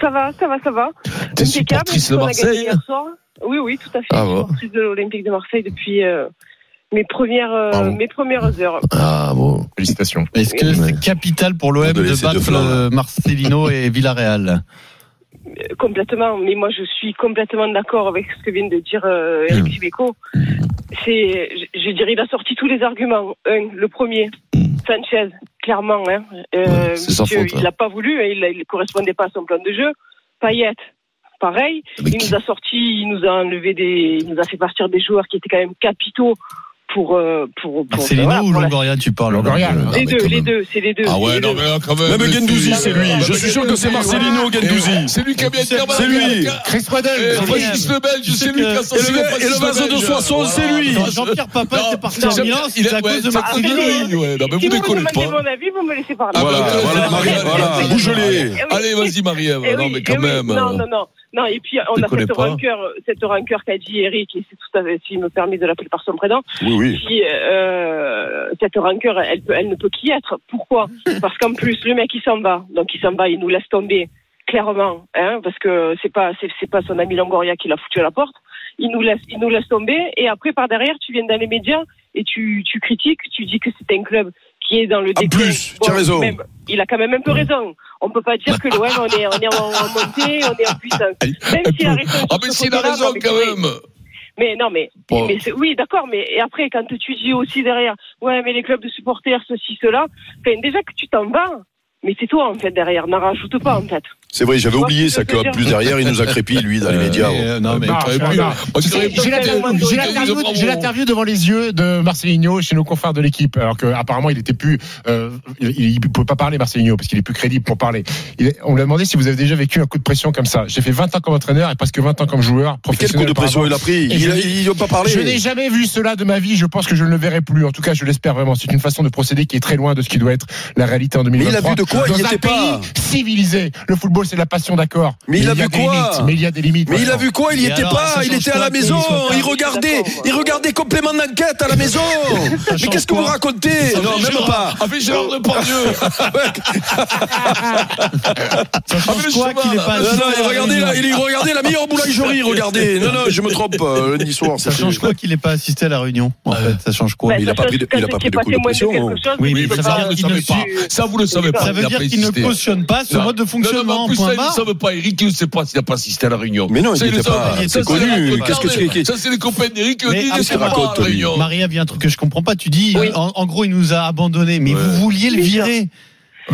Speaker 1: Ça va, ça va, ça va.
Speaker 3: T'es
Speaker 1: Impeccable,
Speaker 3: supportrice
Speaker 1: puisqu'on
Speaker 3: de
Speaker 1: a gagné
Speaker 3: Marseille
Speaker 1: hier soir. Oui, oui, tout à fait.
Speaker 3: Ah bon
Speaker 1: supportrice de l'Olympique de Marseille depuis euh, mes, premières, euh,
Speaker 4: Bravo.
Speaker 1: mes premières heures.
Speaker 3: Ah bon.
Speaker 4: Félicitations.
Speaker 6: Est-ce que c'est capital pour l'OM
Speaker 5: de
Speaker 6: de
Speaker 5: laisser deux
Speaker 6: battre
Speaker 5: flancs, là.
Speaker 6: euh, Marcelino et Villarreal
Speaker 1: Euh, Complètement, mais moi je suis complètement d'accord avec ce que vient de dire euh,
Speaker 3: Mm.
Speaker 1: Eric Sibeco. C'est, je, je dirais, il a sorti tous les arguments. Un, le premier, Sanchez, clairement, hein, euh,
Speaker 3: Mm. Ouais, c'est sans
Speaker 1: monsieur,
Speaker 3: faute, hein.
Speaker 1: il l'a pas voulu, hein, il ne correspondait pas à son plan de jeu. Payet, pareil.
Speaker 3: Ah, Mais
Speaker 1: Il
Speaker 3: qui-
Speaker 1: nous a sorti, il nous a enlevé des, il nous a fait partir des joueurs qui étaient quand même capitaux pour euh, pour, pour
Speaker 6: Marcelino
Speaker 1: voilà,
Speaker 6: ou
Speaker 1: pour la-
Speaker 6: Longoria, tu parles Euh,
Speaker 4: Longoria.
Speaker 3: Ah, mais
Speaker 1: Les deux,
Speaker 3: quand
Speaker 1: les
Speaker 3: même.
Speaker 1: deux, c'est les deux.
Speaker 3: Ah
Speaker 1: c'est
Speaker 3: ouais,
Speaker 1: les
Speaker 3: non
Speaker 1: deux.
Speaker 3: mais là, quand même. ah,
Speaker 5: Même
Speaker 3: mais
Speaker 5: Gendouzi
Speaker 3: tu-
Speaker 5: c'est lui, je suis sûr que c'est Marcelino
Speaker 3: Eh,
Speaker 5: Gendouzi.
Speaker 3: C'est lui qui a bien terminé.
Speaker 5: C'est lui.
Speaker 4: Chris Waddell.
Speaker 3: Eh, Francis le Belge, c'est lui qui a
Speaker 5: Et le- et le vaso de Soissons, c'est lui.
Speaker 6: Quand Jean-Pierre Papa
Speaker 3: Non,
Speaker 6: était parti en
Speaker 3: j'aime
Speaker 6: Milan,
Speaker 3: bien-
Speaker 6: c'est
Speaker 3: il a-
Speaker 6: à
Speaker 3: ouais,
Speaker 6: cause de
Speaker 3: c'est à cause de
Speaker 6: Marcelino.
Speaker 3: lui, ouais.
Speaker 1: Si vous
Speaker 3: Non, Ah, mais vous
Speaker 1: me
Speaker 3: décollez
Speaker 1: demandez
Speaker 3: pas.
Speaker 1: mon avis, vous me laissez parler.
Speaker 3: Ah,
Speaker 5: Voilà,
Speaker 3: bah,
Speaker 5: voilà,
Speaker 3: c'est
Speaker 5: Marie-
Speaker 3: vrai.
Speaker 5: voilà,
Speaker 3: C'est
Speaker 5: bouge-les.
Speaker 1: Eh oui.
Speaker 3: Allez, vas-y, Marie-Ève.
Speaker 1: Eh
Speaker 3: non,
Speaker 1: oui,
Speaker 3: mais
Speaker 1: eh
Speaker 3: quand
Speaker 1: oui.
Speaker 3: même.
Speaker 1: Non,
Speaker 3: euh,
Speaker 1: non, non. Non, et puis on a
Speaker 3: décollez
Speaker 1: cette
Speaker 3: pas.
Speaker 1: rancœur, cette rancœur qu'a dit Eric, et c'est tout à fait, s'il me permet de l'appeler par son prénom,
Speaker 5: Oui, oui.
Speaker 1: qui, euh, cette rancœur, elle, peut, elle ne peut qu'y être. Pourquoi Parce qu'en plus, le mec, il s'en va. Donc, il s'en va, il nous laisse tomber, clairement, hein, parce que c'est pas, c'est, c'est pas son ami Longoria qui l'a foutu à la porte. Il nous laisse, il nous laisse tomber, et après, par derrière, tu viens dans les médias et tu, tu critiques, tu dis que c'est un club qui est dans le
Speaker 5: En
Speaker 1: déclin.
Speaker 5: plus, tu as raison.
Speaker 1: même, il a quand même un peu raison. On peut pas
Speaker 3: Bah,
Speaker 1: dire que l'OM, on est, on est en, en montée, on est en puissance. Même s'il a raison. sur
Speaker 3: Ah, mais
Speaker 1: ce
Speaker 3: s'il a
Speaker 1: côté-là,
Speaker 3: raison
Speaker 1: non, mais c'est
Speaker 3: quand
Speaker 1: vrai.
Speaker 3: même.
Speaker 1: Mais non, mais,
Speaker 3: Bon.
Speaker 1: mais c'est- oui, d'accord, mais et après, quand tu dis aussi derrière, ouais, mais les clubs de supporters, ceci, cela, enfin, déjà que tu t'en vas, mais c'est toi, en fait, derrière, n'en rajoute pas, en fait.
Speaker 5: C'est vrai, j'avais
Speaker 1: Moi,
Speaker 5: oublié
Speaker 1: je
Speaker 5: ça
Speaker 1: veux
Speaker 5: que
Speaker 1: dire-
Speaker 5: plus derrière, il nous a crépi lui dans les médias.
Speaker 6: Et, euh, non, mais
Speaker 4: Non,
Speaker 3: T'aurais
Speaker 4: je
Speaker 3: Ah, pu-
Speaker 4: suis d'accord.
Speaker 3: on dirait-
Speaker 4: Ah, J'ai l'interview- j'ai l'interview- j'ai l'interview devant les yeux de Marcelinho chez nos confrères de l'équipe, alors qu'apparemment il était plus, euh, il ne pouvait pas parler Marcelinho parce qu'il est plus crédible pour parler. Il est- on lui a demandé si vous avez déjà vécu un coup de pression comme ça. J'ai fait 20 ans comme entraîneur et presque 20 ans comme joueur
Speaker 5: Mais quel
Speaker 4: professionnel.
Speaker 5: coup de pression il
Speaker 4: auparavant.
Speaker 5: a pris
Speaker 4: Et je-
Speaker 5: Il n'a pas
Speaker 4: Je n'ai
Speaker 5: parlé.
Speaker 4: jamais vu cela de ma vie. Je pense que je ne le verrai plus. En tout cas, je l'espère vraiment. C'est une façon de procéder qui est très loin de ce qui doit être la réalité en
Speaker 5: il a
Speaker 4: 2023.
Speaker 5: vu de quoi Il
Speaker 4: Dans
Speaker 5: y
Speaker 4: un
Speaker 5: était pas.
Speaker 4: pays civilisé. Le football, c'est la passion, d'accord.
Speaker 5: Mais il a
Speaker 4: y
Speaker 5: vu
Speaker 4: des
Speaker 5: quoi
Speaker 4: limites. Mais il y a des limites.
Speaker 5: Mais il a vu quoi Il n'y
Speaker 6: Et
Speaker 5: était
Speaker 6: alors, ça
Speaker 5: pas, il
Speaker 6: change
Speaker 5: était à
Speaker 6: quoi
Speaker 5: la
Speaker 6: qu'il
Speaker 5: maison,
Speaker 6: soit pas
Speaker 5: il regardait,
Speaker 1: D'accord,
Speaker 5: il
Speaker 1: ouais.
Speaker 5: regardait complément d'enquête à la maison. Mais
Speaker 6: change
Speaker 5: qu'est-ce que vous
Speaker 6: quoi
Speaker 5: racontez Non, même pas.
Speaker 3: Avec Gérard Depardieu.
Speaker 5: Ah,
Speaker 6: Ça change
Speaker 3: mais je
Speaker 6: quoi
Speaker 3: sais pas,
Speaker 6: qu'il est
Speaker 3: là.
Speaker 6: pas
Speaker 5: Non, non,
Speaker 6: assistant à
Speaker 5: il
Speaker 6: la
Speaker 5: regardait,
Speaker 6: réunion
Speaker 5: la, il regardait la meilleure boulangerie, regardez. Non, non, je me trompe, euh, lundi soir.
Speaker 6: Ça
Speaker 5: c'était-
Speaker 6: change quoi qu'il n'ait pas assisté à la réunion En fait, ça change quoi
Speaker 1: Bah,
Speaker 5: il a
Speaker 1: ça
Speaker 5: pas
Speaker 1: change
Speaker 5: pris de-
Speaker 1: quand
Speaker 5: il a pas
Speaker 1: tu
Speaker 5: pris
Speaker 1: es
Speaker 5: de
Speaker 1: pas
Speaker 5: coup de
Speaker 1: témoin
Speaker 5: pression,
Speaker 1: quelque
Speaker 5: hein.
Speaker 1: chose,
Speaker 6: Oui,
Speaker 1: tu
Speaker 3: Oui,
Speaker 1: peux
Speaker 3: mais
Speaker 6: ça
Speaker 1: pas-
Speaker 6: veut
Speaker 3: ça, vous
Speaker 6: dire
Speaker 3: ne
Speaker 6: qu'il
Speaker 3: savez
Speaker 6: ne
Speaker 3: pas.
Speaker 1: suit-
Speaker 3: Ça, vous ne le savez pas.
Speaker 6: Ça veut
Speaker 3: Il a
Speaker 6: dire
Speaker 3: pas
Speaker 6: qu'il ne
Speaker 3: hésité.
Speaker 6: cautionne pas ce
Speaker 3: Non.
Speaker 6: mode de
Speaker 3: Non, non, non,
Speaker 6: fonctionnement. Deschamps,
Speaker 3: En plus,
Speaker 6: point
Speaker 3: ça, ils ne
Speaker 6: barre.
Speaker 3: savent pas. Eric, il ne sait pas s'il n'a pas assisté à la réunion.
Speaker 5: Mais non, il
Speaker 3: Ça,
Speaker 5: n'était
Speaker 3: le savent
Speaker 5: pas-
Speaker 3: pas.
Speaker 5: c'est
Speaker 3: Ça,
Speaker 5: connu.
Speaker 3: la
Speaker 5: Qu'est-ce
Speaker 3: carte.
Speaker 5: que- qu'est-
Speaker 3: Ça, c'est les copains d'Eric qui ont
Speaker 6: Mais
Speaker 3: dit il
Speaker 6: après,
Speaker 3: n'était pas à
Speaker 5: raconte,
Speaker 3: la
Speaker 5: lui.
Speaker 3: réunion.
Speaker 6: Marie a vu un truc que je comprends pas. Tu dis, euh,
Speaker 1: Oui.
Speaker 6: en, en gros, il nous a abandonné, mais vous vouliez le virer.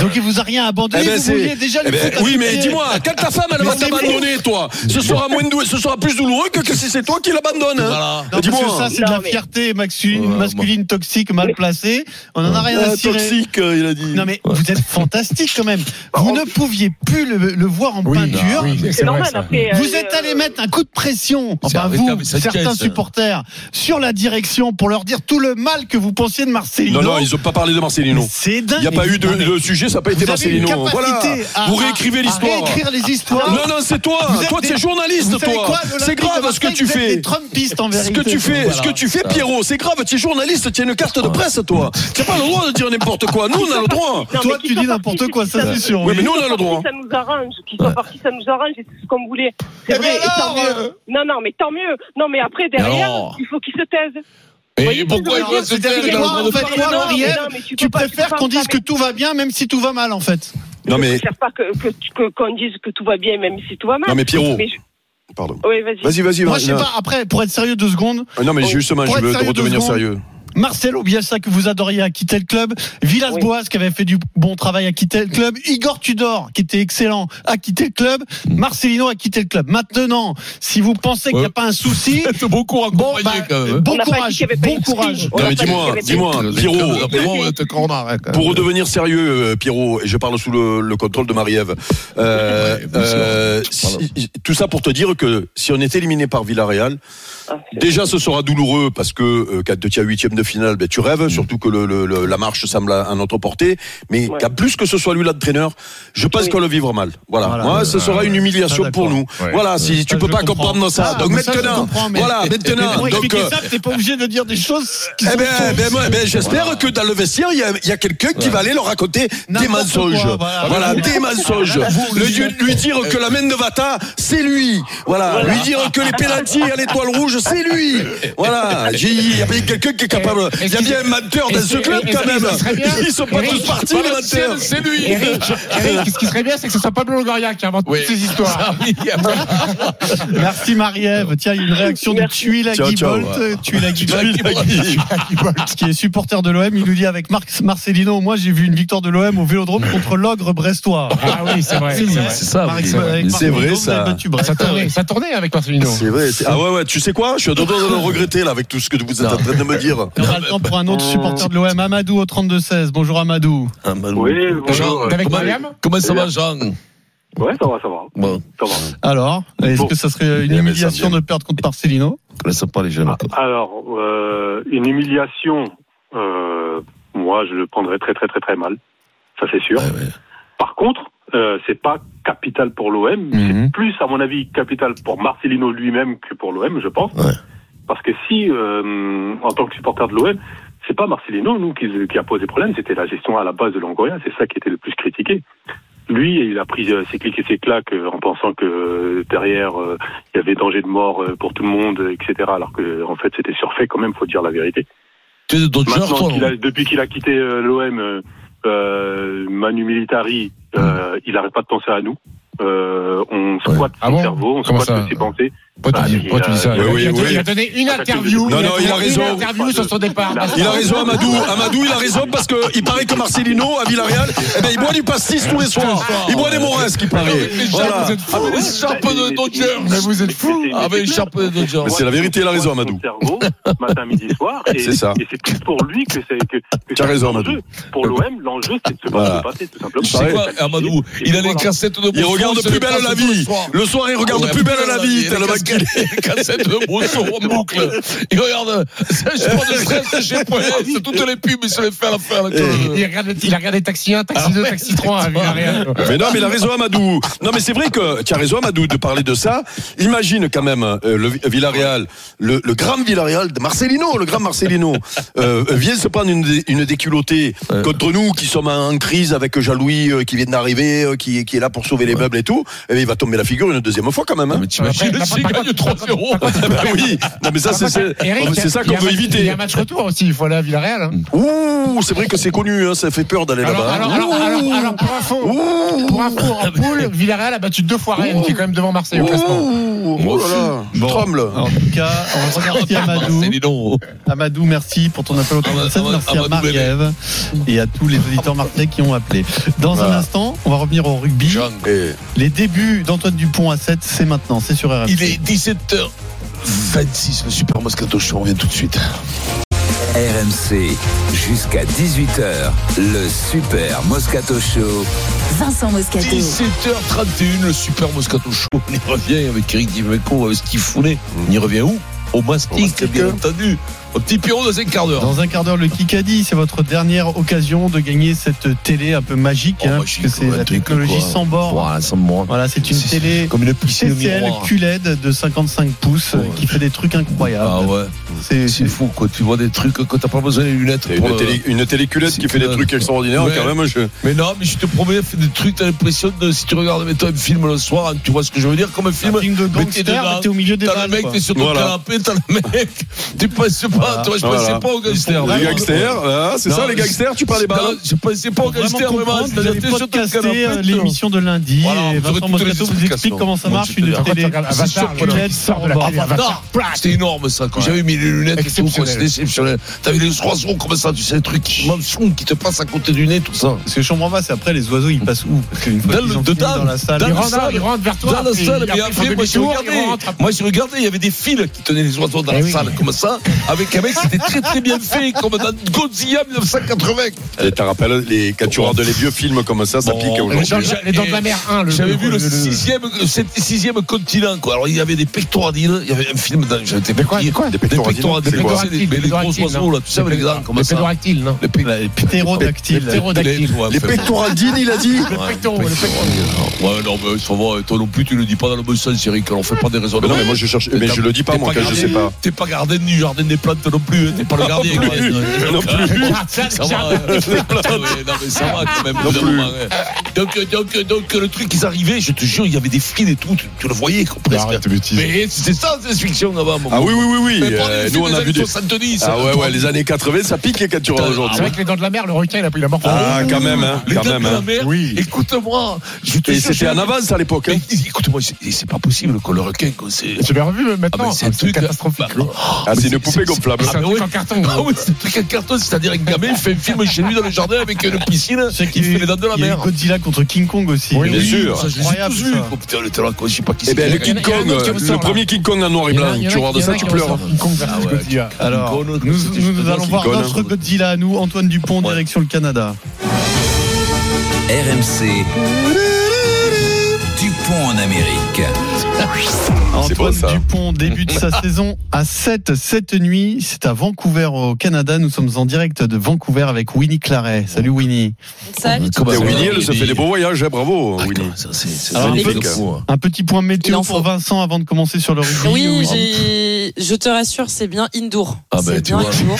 Speaker 6: Donc il vous a rien abandonné,
Speaker 5: Eh ben,
Speaker 6: vous
Speaker 5: c'est-
Speaker 6: vouliez déjà
Speaker 5: Eh
Speaker 6: le
Speaker 5: ben,
Speaker 6: foutre à
Speaker 5: oui,
Speaker 6: ses
Speaker 5: mais
Speaker 6: pieds.
Speaker 5: dis-moi, quand ta femme elle
Speaker 6: Mais
Speaker 5: va
Speaker 6: c'est
Speaker 5: t'abandonner, toi, ce sera moins dou- ce sera plus douloureux que, que si c'est toi qui l'abandonne. hein.
Speaker 3: Voilà.
Speaker 6: Non, parce que
Speaker 5: Dis-moi.
Speaker 6: ça, c'est de
Speaker 1: Non,
Speaker 6: la
Speaker 1: mais-
Speaker 6: fierté masculine,
Speaker 3: Ouais,
Speaker 6: masculine toxique, mal placée. On en a rien
Speaker 5: Ah,
Speaker 6: à cirer.
Speaker 5: toxique, euh, il a dit. Bah,
Speaker 6: Non mais vous êtes fantastique quand même. Vous ne pouviez plus le, le voir en peinture.
Speaker 4: oui,
Speaker 1: C'est normal après. euh,
Speaker 6: Vous êtes allé mettre un coup de
Speaker 5: Oh,
Speaker 6: pression,
Speaker 5: bah,
Speaker 3: C'est
Speaker 6: enfin
Speaker 3: arrêtable,
Speaker 6: vous,
Speaker 3: ça te
Speaker 6: certains
Speaker 3: casse.
Speaker 5: euh.
Speaker 6: supporters, sur la direction pour leur dire tout le mal que vous pensiez de Marcelino.
Speaker 5: non, non, ils ont pas parlé de Marcelino.
Speaker 6: C'est dingue.
Speaker 5: Il n'y a pas eu de
Speaker 6: Non, mais
Speaker 5: le sujet, ça n'a pas été
Speaker 6: vous avez une
Speaker 5: Marcelino. Voilà.
Speaker 6: capacité à-
Speaker 5: Vous
Speaker 6: à-
Speaker 5: réécrivez
Speaker 6: à
Speaker 5: l'histoire.
Speaker 6: Réécrire les histoires.
Speaker 5: Non, non, c'est toi.
Speaker 6: Vous êtes
Speaker 5: Toi,
Speaker 6: des-
Speaker 5: tu es journaliste,
Speaker 6: Vous savez
Speaker 5: toi.
Speaker 6: quoi, l'Olympique
Speaker 5: C'est
Speaker 6: de
Speaker 5: grave ce
Speaker 6: Marseille,
Speaker 5: que tu
Speaker 6: vous êtes
Speaker 5: fais.
Speaker 6: Des trumpistes en
Speaker 5: Ce
Speaker 6: vérité.
Speaker 5: que tu fais, ce que tu fais, Pierrot, c'est grave. Tu es journaliste, tu as une carte de presse, toi. Tu n'as pas le droit de dire n'importe quoi. Nous, on a le droit.
Speaker 1: non,
Speaker 6: Toi,
Speaker 1: mais qui sont
Speaker 6: tu dis
Speaker 1: partis,
Speaker 6: n'importe
Speaker 1: qui-
Speaker 6: quoi,
Speaker 1: qui
Speaker 6: ça
Speaker 1: sont-
Speaker 6: c'est sûr.
Speaker 5: Oui, mais nous, on
Speaker 1: qui
Speaker 5: a
Speaker 1: sont
Speaker 5: le droit.
Speaker 1: partis, Ça nous arrange. Qu'ils soient partis, ça nous arrange. et C'est ce qu'on voulait. C'est
Speaker 6: Eh
Speaker 1: vrai.
Speaker 6: bien
Speaker 1: et tant
Speaker 6: alors,
Speaker 1: mieux. Non, non, mais tant mieux. Non, mais après, derrière,
Speaker 3: alors
Speaker 1: il faut qu'ils se taisent.
Speaker 3: Et
Speaker 1: Voyez,
Speaker 3: pourquoi
Speaker 1: c'est
Speaker 3: il doit se
Speaker 1: vrai,
Speaker 3: taire
Speaker 1: c'est
Speaker 3: il a le
Speaker 1: vrai,
Speaker 3: droit
Speaker 6: Toi,
Speaker 3: de hein
Speaker 6: en fait,
Speaker 3: parler
Speaker 6: toi,
Speaker 1: Non, mais
Speaker 6: Lauriel,
Speaker 1: non, mais tu
Speaker 6: tu
Speaker 1: peux pas-
Speaker 6: préfères
Speaker 1: tu peux
Speaker 6: qu'on dise
Speaker 1: pas
Speaker 6: que tout va bien, même si tout va mal, en fait.
Speaker 5: Non, mais,
Speaker 1: Je préfère pas que, que, que- qu'on dise que tout va bien, même si tout va mal.
Speaker 5: non, mais Pierrot.
Speaker 1: Mais je-
Speaker 5: Pardon.
Speaker 1: Oui, vas-y.
Speaker 5: Vas-y, vas-y,
Speaker 6: Moi, je sais
Speaker 5: vas-y.
Speaker 6: pas. Après, pour être sérieux deux secondes,
Speaker 5: Non, mais
Speaker 6: Bon,
Speaker 5: justement,
Speaker 6: pour
Speaker 5: je
Speaker 6: être
Speaker 5: veux
Speaker 6: sérieux deux
Speaker 5: redevenir
Speaker 6: secondes.
Speaker 5: sérieux.
Speaker 6: Marcelo Bielsa que vous adoriez a quitté le club, Villas-Boas qui avait fait du bon travail a quitté le club, Igor Tudor qui était excellent a quitté le club, Marcelino a quitté le club. Maintenant, si vous pensez qu'il n'y a
Speaker 3: Ouais.
Speaker 6: pas un souci,
Speaker 3: Faites beaucoup
Speaker 6: bon, bah,
Speaker 3: accompagné quand même.
Speaker 6: bon
Speaker 1: On n'a pas dit
Speaker 6: courage,
Speaker 1: qu'il y avait pas
Speaker 6: bon
Speaker 1: une
Speaker 6: courage.
Speaker 1: crise.
Speaker 5: hein. Non,
Speaker 1: On
Speaker 5: mais
Speaker 1: a pas
Speaker 5: dis-moi,
Speaker 1: dit qu'il y
Speaker 5: dis-moi, Pierrot.
Speaker 3: Bon, t'es quand on arrête,
Speaker 6: hein.
Speaker 3: quand
Speaker 5: Pour
Speaker 3: même.
Speaker 5: redevenir sérieux, euh, Pierrot, et je parle sous le, le contrôle de Marie-Ève, euh,
Speaker 3: Ouais, bien sûr.
Speaker 5: euh, si- tout ça pour te dire que si on est éliminé par Villarreal,
Speaker 1: Ah, c'est-
Speaker 5: déjà ce sera douloureux parce que euh, quand tu es à huitième de finale, ben, tu
Speaker 6: Mm.
Speaker 5: rêves, surtout que le, le- le- la marche semble à, à notre portée, mais
Speaker 1: Ouais.
Speaker 5: qu'à plus que ce soit lui l'entraîneur, je pense
Speaker 1: Oui.
Speaker 5: qu'on le vivra mal. Voilà,
Speaker 6: Voilà.
Speaker 5: moi ce
Speaker 6: Euh,
Speaker 5: sera une
Speaker 6: ça,
Speaker 5: humiliation
Speaker 6: d'accord.
Speaker 5: pour nous.
Speaker 4: Ouais.
Speaker 5: Voilà, si tu
Speaker 6: Ça,
Speaker 5: peux
Speaker 6: je
Speaker 5: pas
Speaker 6: comprends.
Speaker 5: comprendre ça,
Speaker 6: Ah,
Speaker 5: donc
Speaker 6: mais ça, je
Speaker 5: maintenant,
Speaker 6: comprends, mais-
Speaker 5: voilà,
Speaker 6: Mais
Speaker 5: maintenant,
Speaker 6: pour
Speaker 5: donc...
Speaker 6: expliquer
Speaker 5: euh,
Speaker 6: ça, t'es pas obligé de dire des choses qui
Speaker 5: eh
Speaker 6: sont
Speaker 5: ben,
Speaker 6: fausses.
Speaker 5: ben, moi, ben, j'espère que dans le vestiaire, il y a, il y a quelqu'un qui va aller leur raconter des
Speaker 6: N'importe
Speaker 5: mensonges.
Speaker 3: Ah,
Speaker 6: quoi, voilà.
Speaker 5: voilà, des mensonges. Le, lui, lui dire
Speaker 3: euh,
Speaker 5: que la main de Vata, c'est lui. Voilà. Lui dire que les pénaltys à l'étoile rouge, c'est lui. Voilà. J'ai- Il y a bien quelqu'un qui est capable. Il y a bien un menteur dans ce club, quand même. Ils sont pas tous partis, les menteurs.
Speaker 3: C'est lui.
Speaker 4: Eric, Eric, ce qui serait bien, c'est que ce soit Pablo Longoria qui invente
Speaker 3: Oui.
Speaker 4: toutes ces histoires.
Speaker 6: Merci Marie-Ève. Tiens, il y a une réaction de
Speaker 1: Merci.
Speaker 6: Tuila
Speaker 5: Ciao, ciao.
Speaker 6: Guibolt. Tuila Guibolt.
Speaker 4: Voilà.
Speaker 6: qui est supporter de l'OM, il nous dit avec Marc Marcelino, moi j'ai vu une victoire de l'OM au Vélodrome contre l'ogre brestois.
Speaker 4: Ah oui, c'est vrai.
Speaker 6: C'est vrai.
Speaker 3: C'est ça.
Speaker 6: Marc-
Speaker 3: oui.
Speaker 6: avec Marc
Speaker 5: C'est vrai,
Speaker 6: Marcelino, vous
Speaker 5: ça.
Speaker 6: avez battu Brest.
Speaker 4: Ça tournait, ça tournait avec Marcelino.
Speaker 5: C'est vrai. c'est- Ah ouais, ouais. Tu sais quoi? Je suis à deux doigts de le regretter, là, avec tout ce que vous êtes en train de me dire.
Speaker 6: On aura le temps pour un autre
Speaker 4: Oh,
Speaker 6: supporter de l'OM, Amadou au 32-16. Bonjour Amadou.
Speaker 3: Ah, bah,
Speaker 9: Oui, bonjour.
Speaker 4: Avec
Speaker 3: Comment-
Speaker 4: Mariam
Speaker 3: Comment ça va, Jean
Speaker 9: Ouais, ça va, ça va.
Speaker 3: Bon,
Speaker 9: Ça va.
Speaker 6: Alors, est-ce
Speaker 9: Bon.
Speaker 6: que ça serait
Speaker 5: Bien,
Speaker 6: une
Speaker 5: mais ça
Speaker 6: humiliation
Speaker 5: vient.
Speaker 6: de perdre contre Marcelino
Speaker 3: connaissons pas les jeunes. encore.
Speaker 9: Alors, euh, une humiliation, euh, moi, je le prendrais très, très, très, très mal. Ça, c'est sûr.
Speaker 3: Ouais, ouais.
Speaker 9: Par contre, euh, c'est pas capital pour l'OM.
Speaker 3: Mhm.
Speaker 9: C'est plus, à mon avis, capital pour Marcelino lui-même que pour l'OM, je pense.
Speaker 3: Ouais.
Speaker 9: Parce que si, euh, en tant que supporter de l'OM, c'est pas Marcelino, nous, qui, qui a posé problème. C'était la gestion à la base de Longoria. C'est ça qui était le plus critiqué. Lui, il a pris euh, ses clics et ses claques euh, en pensant que euh, derrière, euh, il y avait danger de mort euh, pour tout le monde, euh, etc. Alors que, en fait, c'était surfait quand même, faut dire la vérité.
Speaker 3: Tu es de d'autres joueurs,
Speaker 9: Maintenant,
Speaker 3: toi
Speaker 9: qu'il a- depuis qu'il a quitté euh, l'OM, euh, euh, Manu Militari, euh, il n'arrête pas de penser à nous. Euh, on squatte
Speaker 4: Hmm. Ah
Speaker 9: son
Speaker 4: bon
Speaker 9: cerveau, on
Speaker 4: Comment
Speaker 9: squatte
Speaker 4: ça
Speaker 9: toutes ses pensées. Bah, euh,
Speaker 4: Pourquoi tu dis, pourquoi tu dis ça
Speaker 5: Ah, Oui, oui,
Speaker 4: il, a donné,
Speaker 5: oui.
Speaker 4: il a donné une interview.
Speaker 5: Non, non, il a
Speaker 4: donné
Speaker 5: raison.
Speaker 4: Une interview sur son départ.
Speaker 5: Il a raison, Amadou. Amadou, il a raison parce que il paraît que Marcelino à Villarreal, eh ben, il boit du pastis tous les soirs. Il boit des moresques, il paraît.
Speaker 3: Avec les
Speaker 5: Voilà. Ah,
Speaker 3: Charpes- avec les Charpes de
Speaker 4: Mais
Speaker 3: Dodgers.
Speaker 4: vous êtes fous. Ah,
Speaker 9: Mais- mais-
Speaker 3: Avec les Charpes de Dodgers.
Speaker 5: Mais c'est la vérité, il a raison, Amadou.
Speaker 9: Son cerveau, matin, midi, soir. et-
Speaker 5: C'est ça.
Speaker 9: Et c'est plus pour lui que c'est que, que
Speaker 5: T'as
Speaker 9: c'est
Speaker 5: raison,
Speaker 9: un
Speaker 5: Amadou.
Speaker 9: enjeu. Pour l'OM, l'enjeu, c'est de se battre
Speaker 5: Voilà.
Speaker 9: le passé, tout simplement.
Speaker 3: Tu sais quoi, Amadou
Speaker 9: Et
Speaker 3: Il a les
Speaker 9: voilà.
Speaker 3: cassettes de
Speaker 5: Il
Speaker 3: Brousseau,
Speaker 5: regarde
Speaker 3: c'est
Speaker 5: plus
Speaker 3: les
Speaker 5: belle la
Speaker 3: cassettes
Speaker 5: vie.
Speaker 3: le soir.
Speaker 5: Le soir, il regarde
Speaker 3: Ouais,
Speaker 5: plus belle la vie.
Speaker 3: Les
Speaker 5: T'as le mec qui-
Speaker 3: casquettes- les cassettes de Brousseau en boucle. Il regarde, c'est je prends de stress chez Poyet,
Speaker 5: Ah
Speaker 3: c'est toutes les pubs, il se les fait à la fin. là, que-
Speaker 4: Il regarde, il a regardé Taxi 1,
Speaker 3: Ah
Speaker 4: Taxi 2, Taxi hein, 3 à Villarreal.
Speaker 5: Mais non, mais il a raison, Amadou. Non, mais c'est vrai que tu as raison, Amadou, de parler de ça. Imagine quand même euh, le Vi- Villarreal, le, le grand Villarreal de Marcelino, le grand Marcelino, euh, vient se prendre une, dé- une déculottée contre nous qui sommes en en crise avec Jean-Louis euh, qui vient d'arriver, euh, qui, qui est là pour sauver les meubles et tout. Et il Eh ben, va tomber la figure une deuxième fois quand même.
Speaker 3: Ah,
Speaker 5: hein.
Speaker 3: mais t'imagines
Speaker 4: Après,
Speaker 3: le
Speaker 4: il n'a pas
Speaker 3: gagne 3-0.
Speaker 5: Bah oui, non, mais ça, c'est c'est-
Speaker 4: Eric,
Speaker 5: c'est ça qu'on
Speaker 4: il y a un
Speaker 5: veut
Speaker 4: match- Il y
Speaker 5: éviter.
Speaker 4: a un match retour aussi, il faut aller à Villarreal. hein.
Speaker 5: Ouh, c'est vrai que c'est connu, hein, ça fait peur d'aller
Speaker 4: Alors,
Speaker 5: là-bas.
Speaker 4: alors, alors, alors, alors, pour info,
Speaker 5: Ouh,
Speaker 4: pour info, en poule, Villarreal a battu deux fois Rennes, qui est quand même devant Marseille au classement.
Speaker 5: ouh, oh là là, je
Speaker 6: Bon.
Speaker 5: tremble.
Speaker 6: En tout cas, on remercie Amadou.
Speaker 3: C'est les noms.
Speaker 6: Amadou, merci pour ton appel au 37.
Speaker 3: Amadou,
Speaker 6: Merci à
Speaker 3: Amadou
Speaker 6: Marie-Ève et à tous les auditeurs marseillais qui ont appelé. Dans un
Speaker 5: Voilà.
Speaker 6: instant, on va revenir au rugby.
Speaker 3: Jean,
Speaker 5: Et-
Speaker 6: Les débuts d'Antoine Dupont à 7, c'est maintenant, c'est sur RMC.
Speaker 3: il est 17h26, le Super Moscato Show, on revient tout de suite.
Speaker 2: RMC, jusqu'à 18h, le Super Moscato Show.
Speaker 10: Vincent Moscato.
Speaker 3: 17h31, le Super Moscato Show. On y revient avec Eric Dimeco, avec ce qu'il foulait. On y revient où Au
Speaker 5: Au
Speaker 3: mastic,
Speaker 5: mastic.
Speaker 3: bien entendu. Au petit pion dans un quart d'heure.
Speaker 6: Dans un quart d'heure, le Kikadi, c'est votre dernière occasion de gagner cette télé un peu magique,
Speaker 3: Oh,
Speaker 6: hein,
Speaker 3: magique,
Speaker 6: puisque c'est
Speaker 3: ouais,
Speaker 6: la
Speaker 3: truc,
Speaker 6: technologie
Speaker 3: quoi.
Speaker 6: sans bord.
Speaker 3: Ouah, ça me rend-
Speaker 6: Voilà, c'est une
Speaker 3: C'est-
Speaker 6: télé
Speaker 3: Comme une piscine au
Speaker 6: TCL
Speaker 3: miroir. Oh,
Speaker 6: QLED de 55 pouces euh,
Speaker 3: Ouais.
Speaker 6: qui fait des trucs incroyables.
Speaker 3: Ah ouais,
Speaker 6: C'est
Speaker 3: c'est fou quoi. Tu vois des trucs que t'as pas besoin des lunettes.
Speaker 5: T'as
Speaker 3: pour
Speaker 5: une,
Speaker 3: le-
Speaker 5: télé, une téléculette
Speaker 3: c'est
Speaker 5: qui fait des
Speaker 3: que-
Speaker 5: trucs extraordinaires
Speaker 3: Ouais.
Speaker 5: quand même. hein, Je...
Speaker 3: Mais non, mais je te promets, fait des trucs. T'as l'impression de si tu regardes mettons un film le soir, hein, tu vois ce que je veux dire comme un film.
Speaker 6: un film de
Speaker 3: mais t'es
Speaker 6: gangster,
Speaker 3: dedans.
Speaker 6: mais t'es au milieu des
Speaker 3: T'as
Speaker 6: balles.
Speaker 3: le mec,
Speaker 6: quoi.
Speaker 3: t'es sur ton
Speaker 5: Voilà.
Speaker 3: canapé, t'as le mec, tu penses pas,
Speaker 6: Voilà.
Speaker 3: tu vois, je
Speaker 5: Voilà.
Speaker 3: pensais pas aux gangsters.
Speaker 5: Les
Speaker 6: Ouais.
Speaker 5: gangsters, hein, c'est
Speaker 3: Non,
Speaker 5: ça les
Speaker 3: mais-
Speaker 5: gangsters Tu parles des
Speaker 3: Non,
Speaker 5: balles
Speaker 3: Je pensais pas aux
Speaker 6: Pour vraiment
Speaker 3: gangsters, vraiment,
Speaker 6: comprendre, vous
Speaker 3: c'est-à-dire
Speaker 6: allez
Speaker 3: t'es sur ton
Speaker 6: podcaster euh,
Speaker 3: canapé.
Speaker 6: l'émission de lundi
Speaker 3: Voilà,
Speaker 6: et
Speaker 3: vous aurez
Speaker 6: Vincent
Speaker 3: toutes les
Speaker 6: Moscato vous explique
Speaker 3: explications.
Speaker 6: comment ça
Speaker 3: Mon
Speaker 6: marche
Speaker 3: Dieu,
Speaker 6: une
Speaker 3: d'ailleurs.
Speaker 4: Pourquoi tu
Speaker 6: télé
Speaker 4: regardes
Speaker 3: C'est sûr
Speaker 4: Avatar,
Speaker 3: que
Speaker 4: le gars
Speaker 6: non.
Speaker 4: qui sort de la télé, Avatar,
Speaker 3: Avatar,
Speaker 4: plaque.
Speaker 3: c'était énorme ça. Quand j'avais mis les lunettes, et tout, quoi,
Speaker 4: Exceptionnel.
Speaker 3: c'était exceptionnel. T'avais les oiseaux comme ça, tu sais, les trucs qui m'enfouent, qui te passent à côté du nez, tout ça.
Speaker 6: Parce que je comprends pas, c'est après les oiseaux ils passent où Parce qu'une fois
Speaker 3: Dans
Speaker 6: qu'ils
Speaker 3: le-
Speaker 6: ont fini
Speaker 3: dedans,
Speaker 6: dans la salle,
Speaker 3: dans
Speaker 4: Il
Speaker 3: le
Speaker 6: ils
Speaker 3: la
Speaker 4: rentre,
Speaker 3: salle.
Speaker 4: il rentre vers toi.
Speaker 3: Dans la
Speaker 4: puis
Speaker 3: salle, mais
Speaker 4: il après, il fait
Speaker 3: après, moi je
Speaker 4: demi-tour, il
Speaker 3: regardais.
Speaker 4: rentre. après.
Speaker 3: Moi je regardais, il y avait des fils qui tenaient les oiseaux dans
Speaker 4: Eh
Speaker 3: la
Speaker 4: oui.
Speaker 3: salle, comme ça, avec un mec, c'était très très bien fait, comme dans Godzilla 1980.
Speaker 5: Et T'as rappelé les quand tu regardes les vieux films comme ça, ça
Speaker 3: Bon,
Speaker 5: pique
Speaker 4: Les
Speaker 5: aujourd'hui.
Speaker 4: dents de la- les dents de la mer 1, le
Speaker 3: hein. J'avais vu le
Speaker 4: le-
Speaker 3: sixième, le sept- sixième continent, quoi. Alors, il y avait des pectoradines, il y avait un film dans, j'étais
Speaker 4: Mais quoi,
Speaker 3: petit.
Speaker 4: quoi
Speaker 3: Des
Speaker 5: pectoradines,
Speaker 3: pectoradines,
Speaker 5: c'est
Speaker 3: des
Speaker 5: quoi
Speaker 3: pectoradines, des- mais les gros oiseaux, là, tu sais, avec les dents, comme
Speaker 4: Les
Speaker 3: ça.
Speaker 4: pédoractiles, non
Speaker 3: Les pe-
Speaker 6: Là, les
Speaker 3: les-
Speaker 6: ptérodactyles.
Speaker 3: les-
Speaker 4: ptérodactiles.
Speaker 3: ouais,
Speaker 5: Les
Speaker 3: enfin,
Speaker 5: pectoradines, il a dit
Speaker 3: ouais,
Speaker 4: le pectoral,
Speaker 3: les
Speaker 4: le pectoral.
Speaker 3: pectoraux. Ouais, non, mais ça va, toi non plus, tu le dis pas dans le bon sens, Eric, alors fais pas des raisons.
Speaker 5: mais Non, mais moi je cherche, mais je le dis pas moi quand je sais pas.
Speaker 3: T'es pas gardien du jardin des plantes non plus, hein, t'es pas le gardien. quoi.
Speaker 5: Non plus.
Speaker 3: Ça va, euh, ouais, non, mais ça va quand même. au bout d'un
Speaker 5: plus.
Speaker 3: moment, ouais. Donc, euh, donc, euh, donc, euh, le truc, ils arrivaient, je te jure, il y avait des fils et tout, tu, tu le voyais, quoi, presque.
Speaker 4: Arrête tes bêtises.
Speaker 3: mais c'est ça, c'est fiction avant. mon
Speaker 5: Ah oui, oui, oui, oui.
Speaker 3: Mais
Speaker 5: euh,
Speaker 3: prends les films
Speaker 5: nous on
Speaker 3: des
Speaker 5: a
Speaker 3: années
Speaker 5: vu des.
Speaker 3: 70.
Speaker 5: Ah ouais, ouais, les années 80, ça pique quand tu regardes
Speaker 4: C'est
Speaker 5: aujourd'hui.
Speaker 4: vrai que les dents de la mer, le requin, il a pris la mort.
Speaker 5: Ah, quand même, hein,
Speaker 3: Les
Speaker 5: quand
Speaker 3: dents
Speaker 5: même.
Speaker 3: de la
Speaker 5: Hein.
Speaker 3: mer.
Speaker 4: Oui.
Speaker 3: Écoute-moi, je te
Speaker 5: Et
Speaker 3: jure,
Speaker 5: c'était
Speaker 3: je-
Speaker 5: en avance à l'époque.
Speaker 3: Mais
Speaker 5: hein.
Speaker 3: Écoute-moi, c'est- c'est pas possible que le requin, qu'on s'est-
Speaker 4: Tu l'as revu
Speaker 3: Ah, mais
Speaker 4: maintenant
Speaker 3: c'est un truc
Speaker 4: catastrophique.
Speaker 3: bah,
Speaker 5: Ah, c'est une poupée gonflable.
Speaker 4: C'est un
Speaker 3: mais
Speaker 4: truc
Speaker 3: oui.
Speaker 4: en carton.
Speaker 3: Ah oui, c'est un truc à carton, c'est-à-dire un gamin, il fait un film chez lui dans le jardin avec une piscine,
Speaker 6: C'est
Speaker 3: il fait les dents de la
Speaker 6: il y a eu
Speaker 3: mer.
Speaker 6: Godzilla contre King Kong aussi.
Speaker 4: Oui,
Speaker 5: bien sûr.
Speaker 3: Ça, je les ai
Speaker 6: Incroyable,
Speaker 3: tous vus,
Speaker 6: ça.
Speaker 3: quoi. Putain, le talent, quoi, je sais pas qui
Speaker 5: Eh
Speaker 3: c'est.
Speaker 5: ben, le
Speaker 4: Il y en a-
Speaker 5: King
Speaker 4: il y en a
Speaker 5: Kong,
Speaker 4: un autre qui
Speaker 5: le
Speaker 4: ressort,
Speaker 5: premier King Kong en noir et
Speaker 4: Il y en
Speaker 5: blanc.
Speaker 4: a- il y en a-
Speaker 5: Tu regardes
Speaker 4: il y en a
Speaker 5: ça,
Speaker 4: qui
Speaker 5: tu pleures.
Speaker 4: ressortent. King Kong versus
Speaker 3: Ah ouais.
Speaker 4: Godzilla.
Speaker 6: Alors,
Speaker 3: King Kong,
Speaker 6: nous,
Speaker 3: c'était
Speaker 6: nous
Speaker 3: juste
Speaker 6: allons
Speaker 3: un
Speaker 6: voir
Speaker 5: King Kong,
Speaker 6: notre
Speaker 5: hein.
Speaker 6: Godzilla à nous, Antoine Dupont,
Speaker 3: Ouais.
Speaker 6: direction le Canada.
Speaker 2: RMC, Dupont en Amérique.
Speaker 5: C'est bon,
Speaker 6: Antoine
Speaker 5: ça.
Speaker 6: Dupont débute sa saison à 7 cette nuit. C'est à Vancouver au Canada. Nous sommes en direct de Vancouver avec Winnie Claret. Salut Winnie.
Speaker 10: Salut.
Speaker 3: Comment
Speaker 5: Et
Speaker 3: ça va,
Speaker 5: Winnie, elle se fait des beaux voyages, hein, bravo
Speaker 3: Ah,
Speaker 5: Winnie.
Speaker 3: comment ça, c'est- c'est
Speaker 6: Alors,
Speaker 3: magnifique.
Speaker 6: un
Speaker 5: peu-
Speaker 3: Fou, hein.
Speaker 6: Un petit point
Speaker 10: Il
Speaker 6: météo
Speaker 10: en faut.
Speaker 6: pour Vincent avant de commencer sur le rugby.
Speaker 10: Oui, j'ai- je te rassure, c'est bien indoor.
Speaker 3: Ah
Speaker 10: C'est
Speaker 3: ben, tu
Speaker 10: bien
Speaker 3: vois.
Speaker 10: indoor.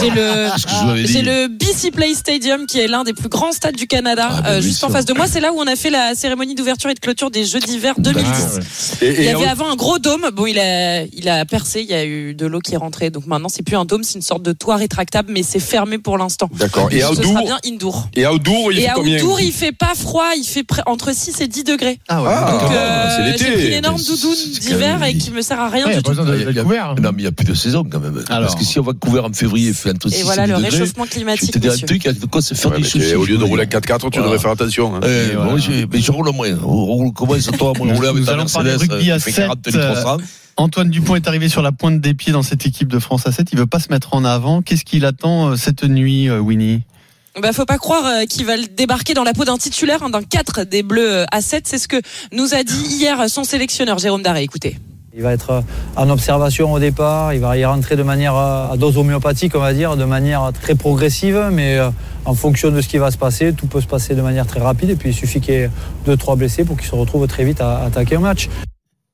Speaker 10: J'ai le,
Speaker 3: C'est ce que je vous avais
Speaker 10: j'ai
Speaker 3: dit.
Speaker 10: le BC Play Stadium qui est l'un des plus grands stades du Canada,
Speaker 3: Ah ben,
Speaker 10: euh,
Speaker 3: bien
Speaker 10: juste en
Speaker 3: sûr.
Speaker 10: face de moi. C'est là où on a fait la cérémonie d'ouverture et de clôture des Jeux d'hiver
Speaker 3: Bah,
Speaker 5: Ah,
Speaker 10: 2010.
Speaker 5: Et,
Speaker 10: Il y
Speaker 5: et-
Speaker 10: avait avant un gros dôme. Bon, il a, il a percé. Il y a eu de l'eau qui est rentrée. Donc maintenant, c'est plus un dôme, c'est une sorte de toit rétractable, mais c'est fermé pour l'instant.
Speaker 5: D'accord.
Speaker 10: Ce
Speaker 5: Et
Speaker 10: sera
Speaker 5: outdoor,
Speaker 10: bien indoor.
Speaker 5: et outdoor, il
Speaker 10: Et
Speaker 5: fait
Speaker 10: à
Speaker 5: combien
Speaker 10: Oudour, il fait pas froid, il fait près- entre 6 et 10 degrés.
Speaker 6: Ah ouais.
Speaker 5: Ah,
Speaker 10: Donc,
Speaker 5: Ah, c'est
Speaker 10: euh,
Speaker 5: l'été.
Speaker 10: j'ai pris une énorme
Speaker 3: C'est-
Speaker 10: doudoune
Speaker 3: c'est quand
Speaker 10: d'hiver
Speaker 3: même- bah,
Speaker 10: et qui me sert à rien
Speaker 4: Ouais, Eh, bah, Il y
Speaker 10: du
Speaker 4: a
Speaker 10: tout.
Speaker 4: besoin de-
Speaker 3: Il y a-
Speaker 4: de couvert.
Speaker 3: Non, mais il n'y a plus de saison quand même. Parce
Speaker 6: Alors.
Speaker 3: que si on va couvrir en février, il fait entre 6
Speaker 10: Et voilà
Speaker 3: et
Speaker 10: le
Speaker 3: 10 bah, degrés,
Speaker 10: réchauffement
Speaker 3: je
Speaker 10: climatique.
Speaker 3: te dis un
Speaker 10: monsieur.
Speaker 3: truc, il y a de quoi se faire
Speaker 5: Ouais,
Speaker 3: des
Speaker 5: mais tu-
Speaker 3: soucis.
Speaker 5: Au lieu
Speaker 3: je
Speaker 5: de
Speaker 3: veux
Speaker 5: rouler à
Speaker 3: dire.
Speaker 5: 4x4, tu
Speaker 3: Voilà.
Speaker 5: devrais faire attention. hein.
Speaker 3: Eh,
Speaker 6: Et
Speaker 3: bon,
Speaker 6: voilà.
Speaker 3: j'ai- mais je roule moins. hein, Roule- Comment ça toi, moi,
Speaker 6: Nous-
Speaker 3: rouler avec
Speaker 6: nous
Speaker 3: ta
Speaker 6: allons parler
Speaker 3: Mercedes,
Speaker 5: euh,
Speaker 3: euh,
Speaker 6: rugby à
Speaker 3: elle fait 40
Speaker 6: sept, euh,
Speaker 3: 300.
Speaker 6: Antoine Dupont est arrivé sur la pointe des pieds dans cette équipe de France à 7. Il veut pas se mettre en avant. Qu'est-ce qu'il attend euh, cette nuit, euh, Winnie
Speaker 10: Bah, faut pas croire euh, qu'il va le débarquer dans la peau d'un titulaire, hein, d'un 4 des Bleus euh, à 7. C'est ce que nous a dit hier euh, son sélectionneur, Jérôme Daré. Écoutez.
Speaker 11: Il va être euh, en observation au départ, il va y rentrer de manière euh, à dose homéopathique, on va dire, de manière très progressive, mais euh, en fonction de ce qui va se passer, tout peut se passer de manière très rapide, et puis il suffit qu'il y ait deux, trois blessés pour qu'il se retrouve très vite à attaquer un match.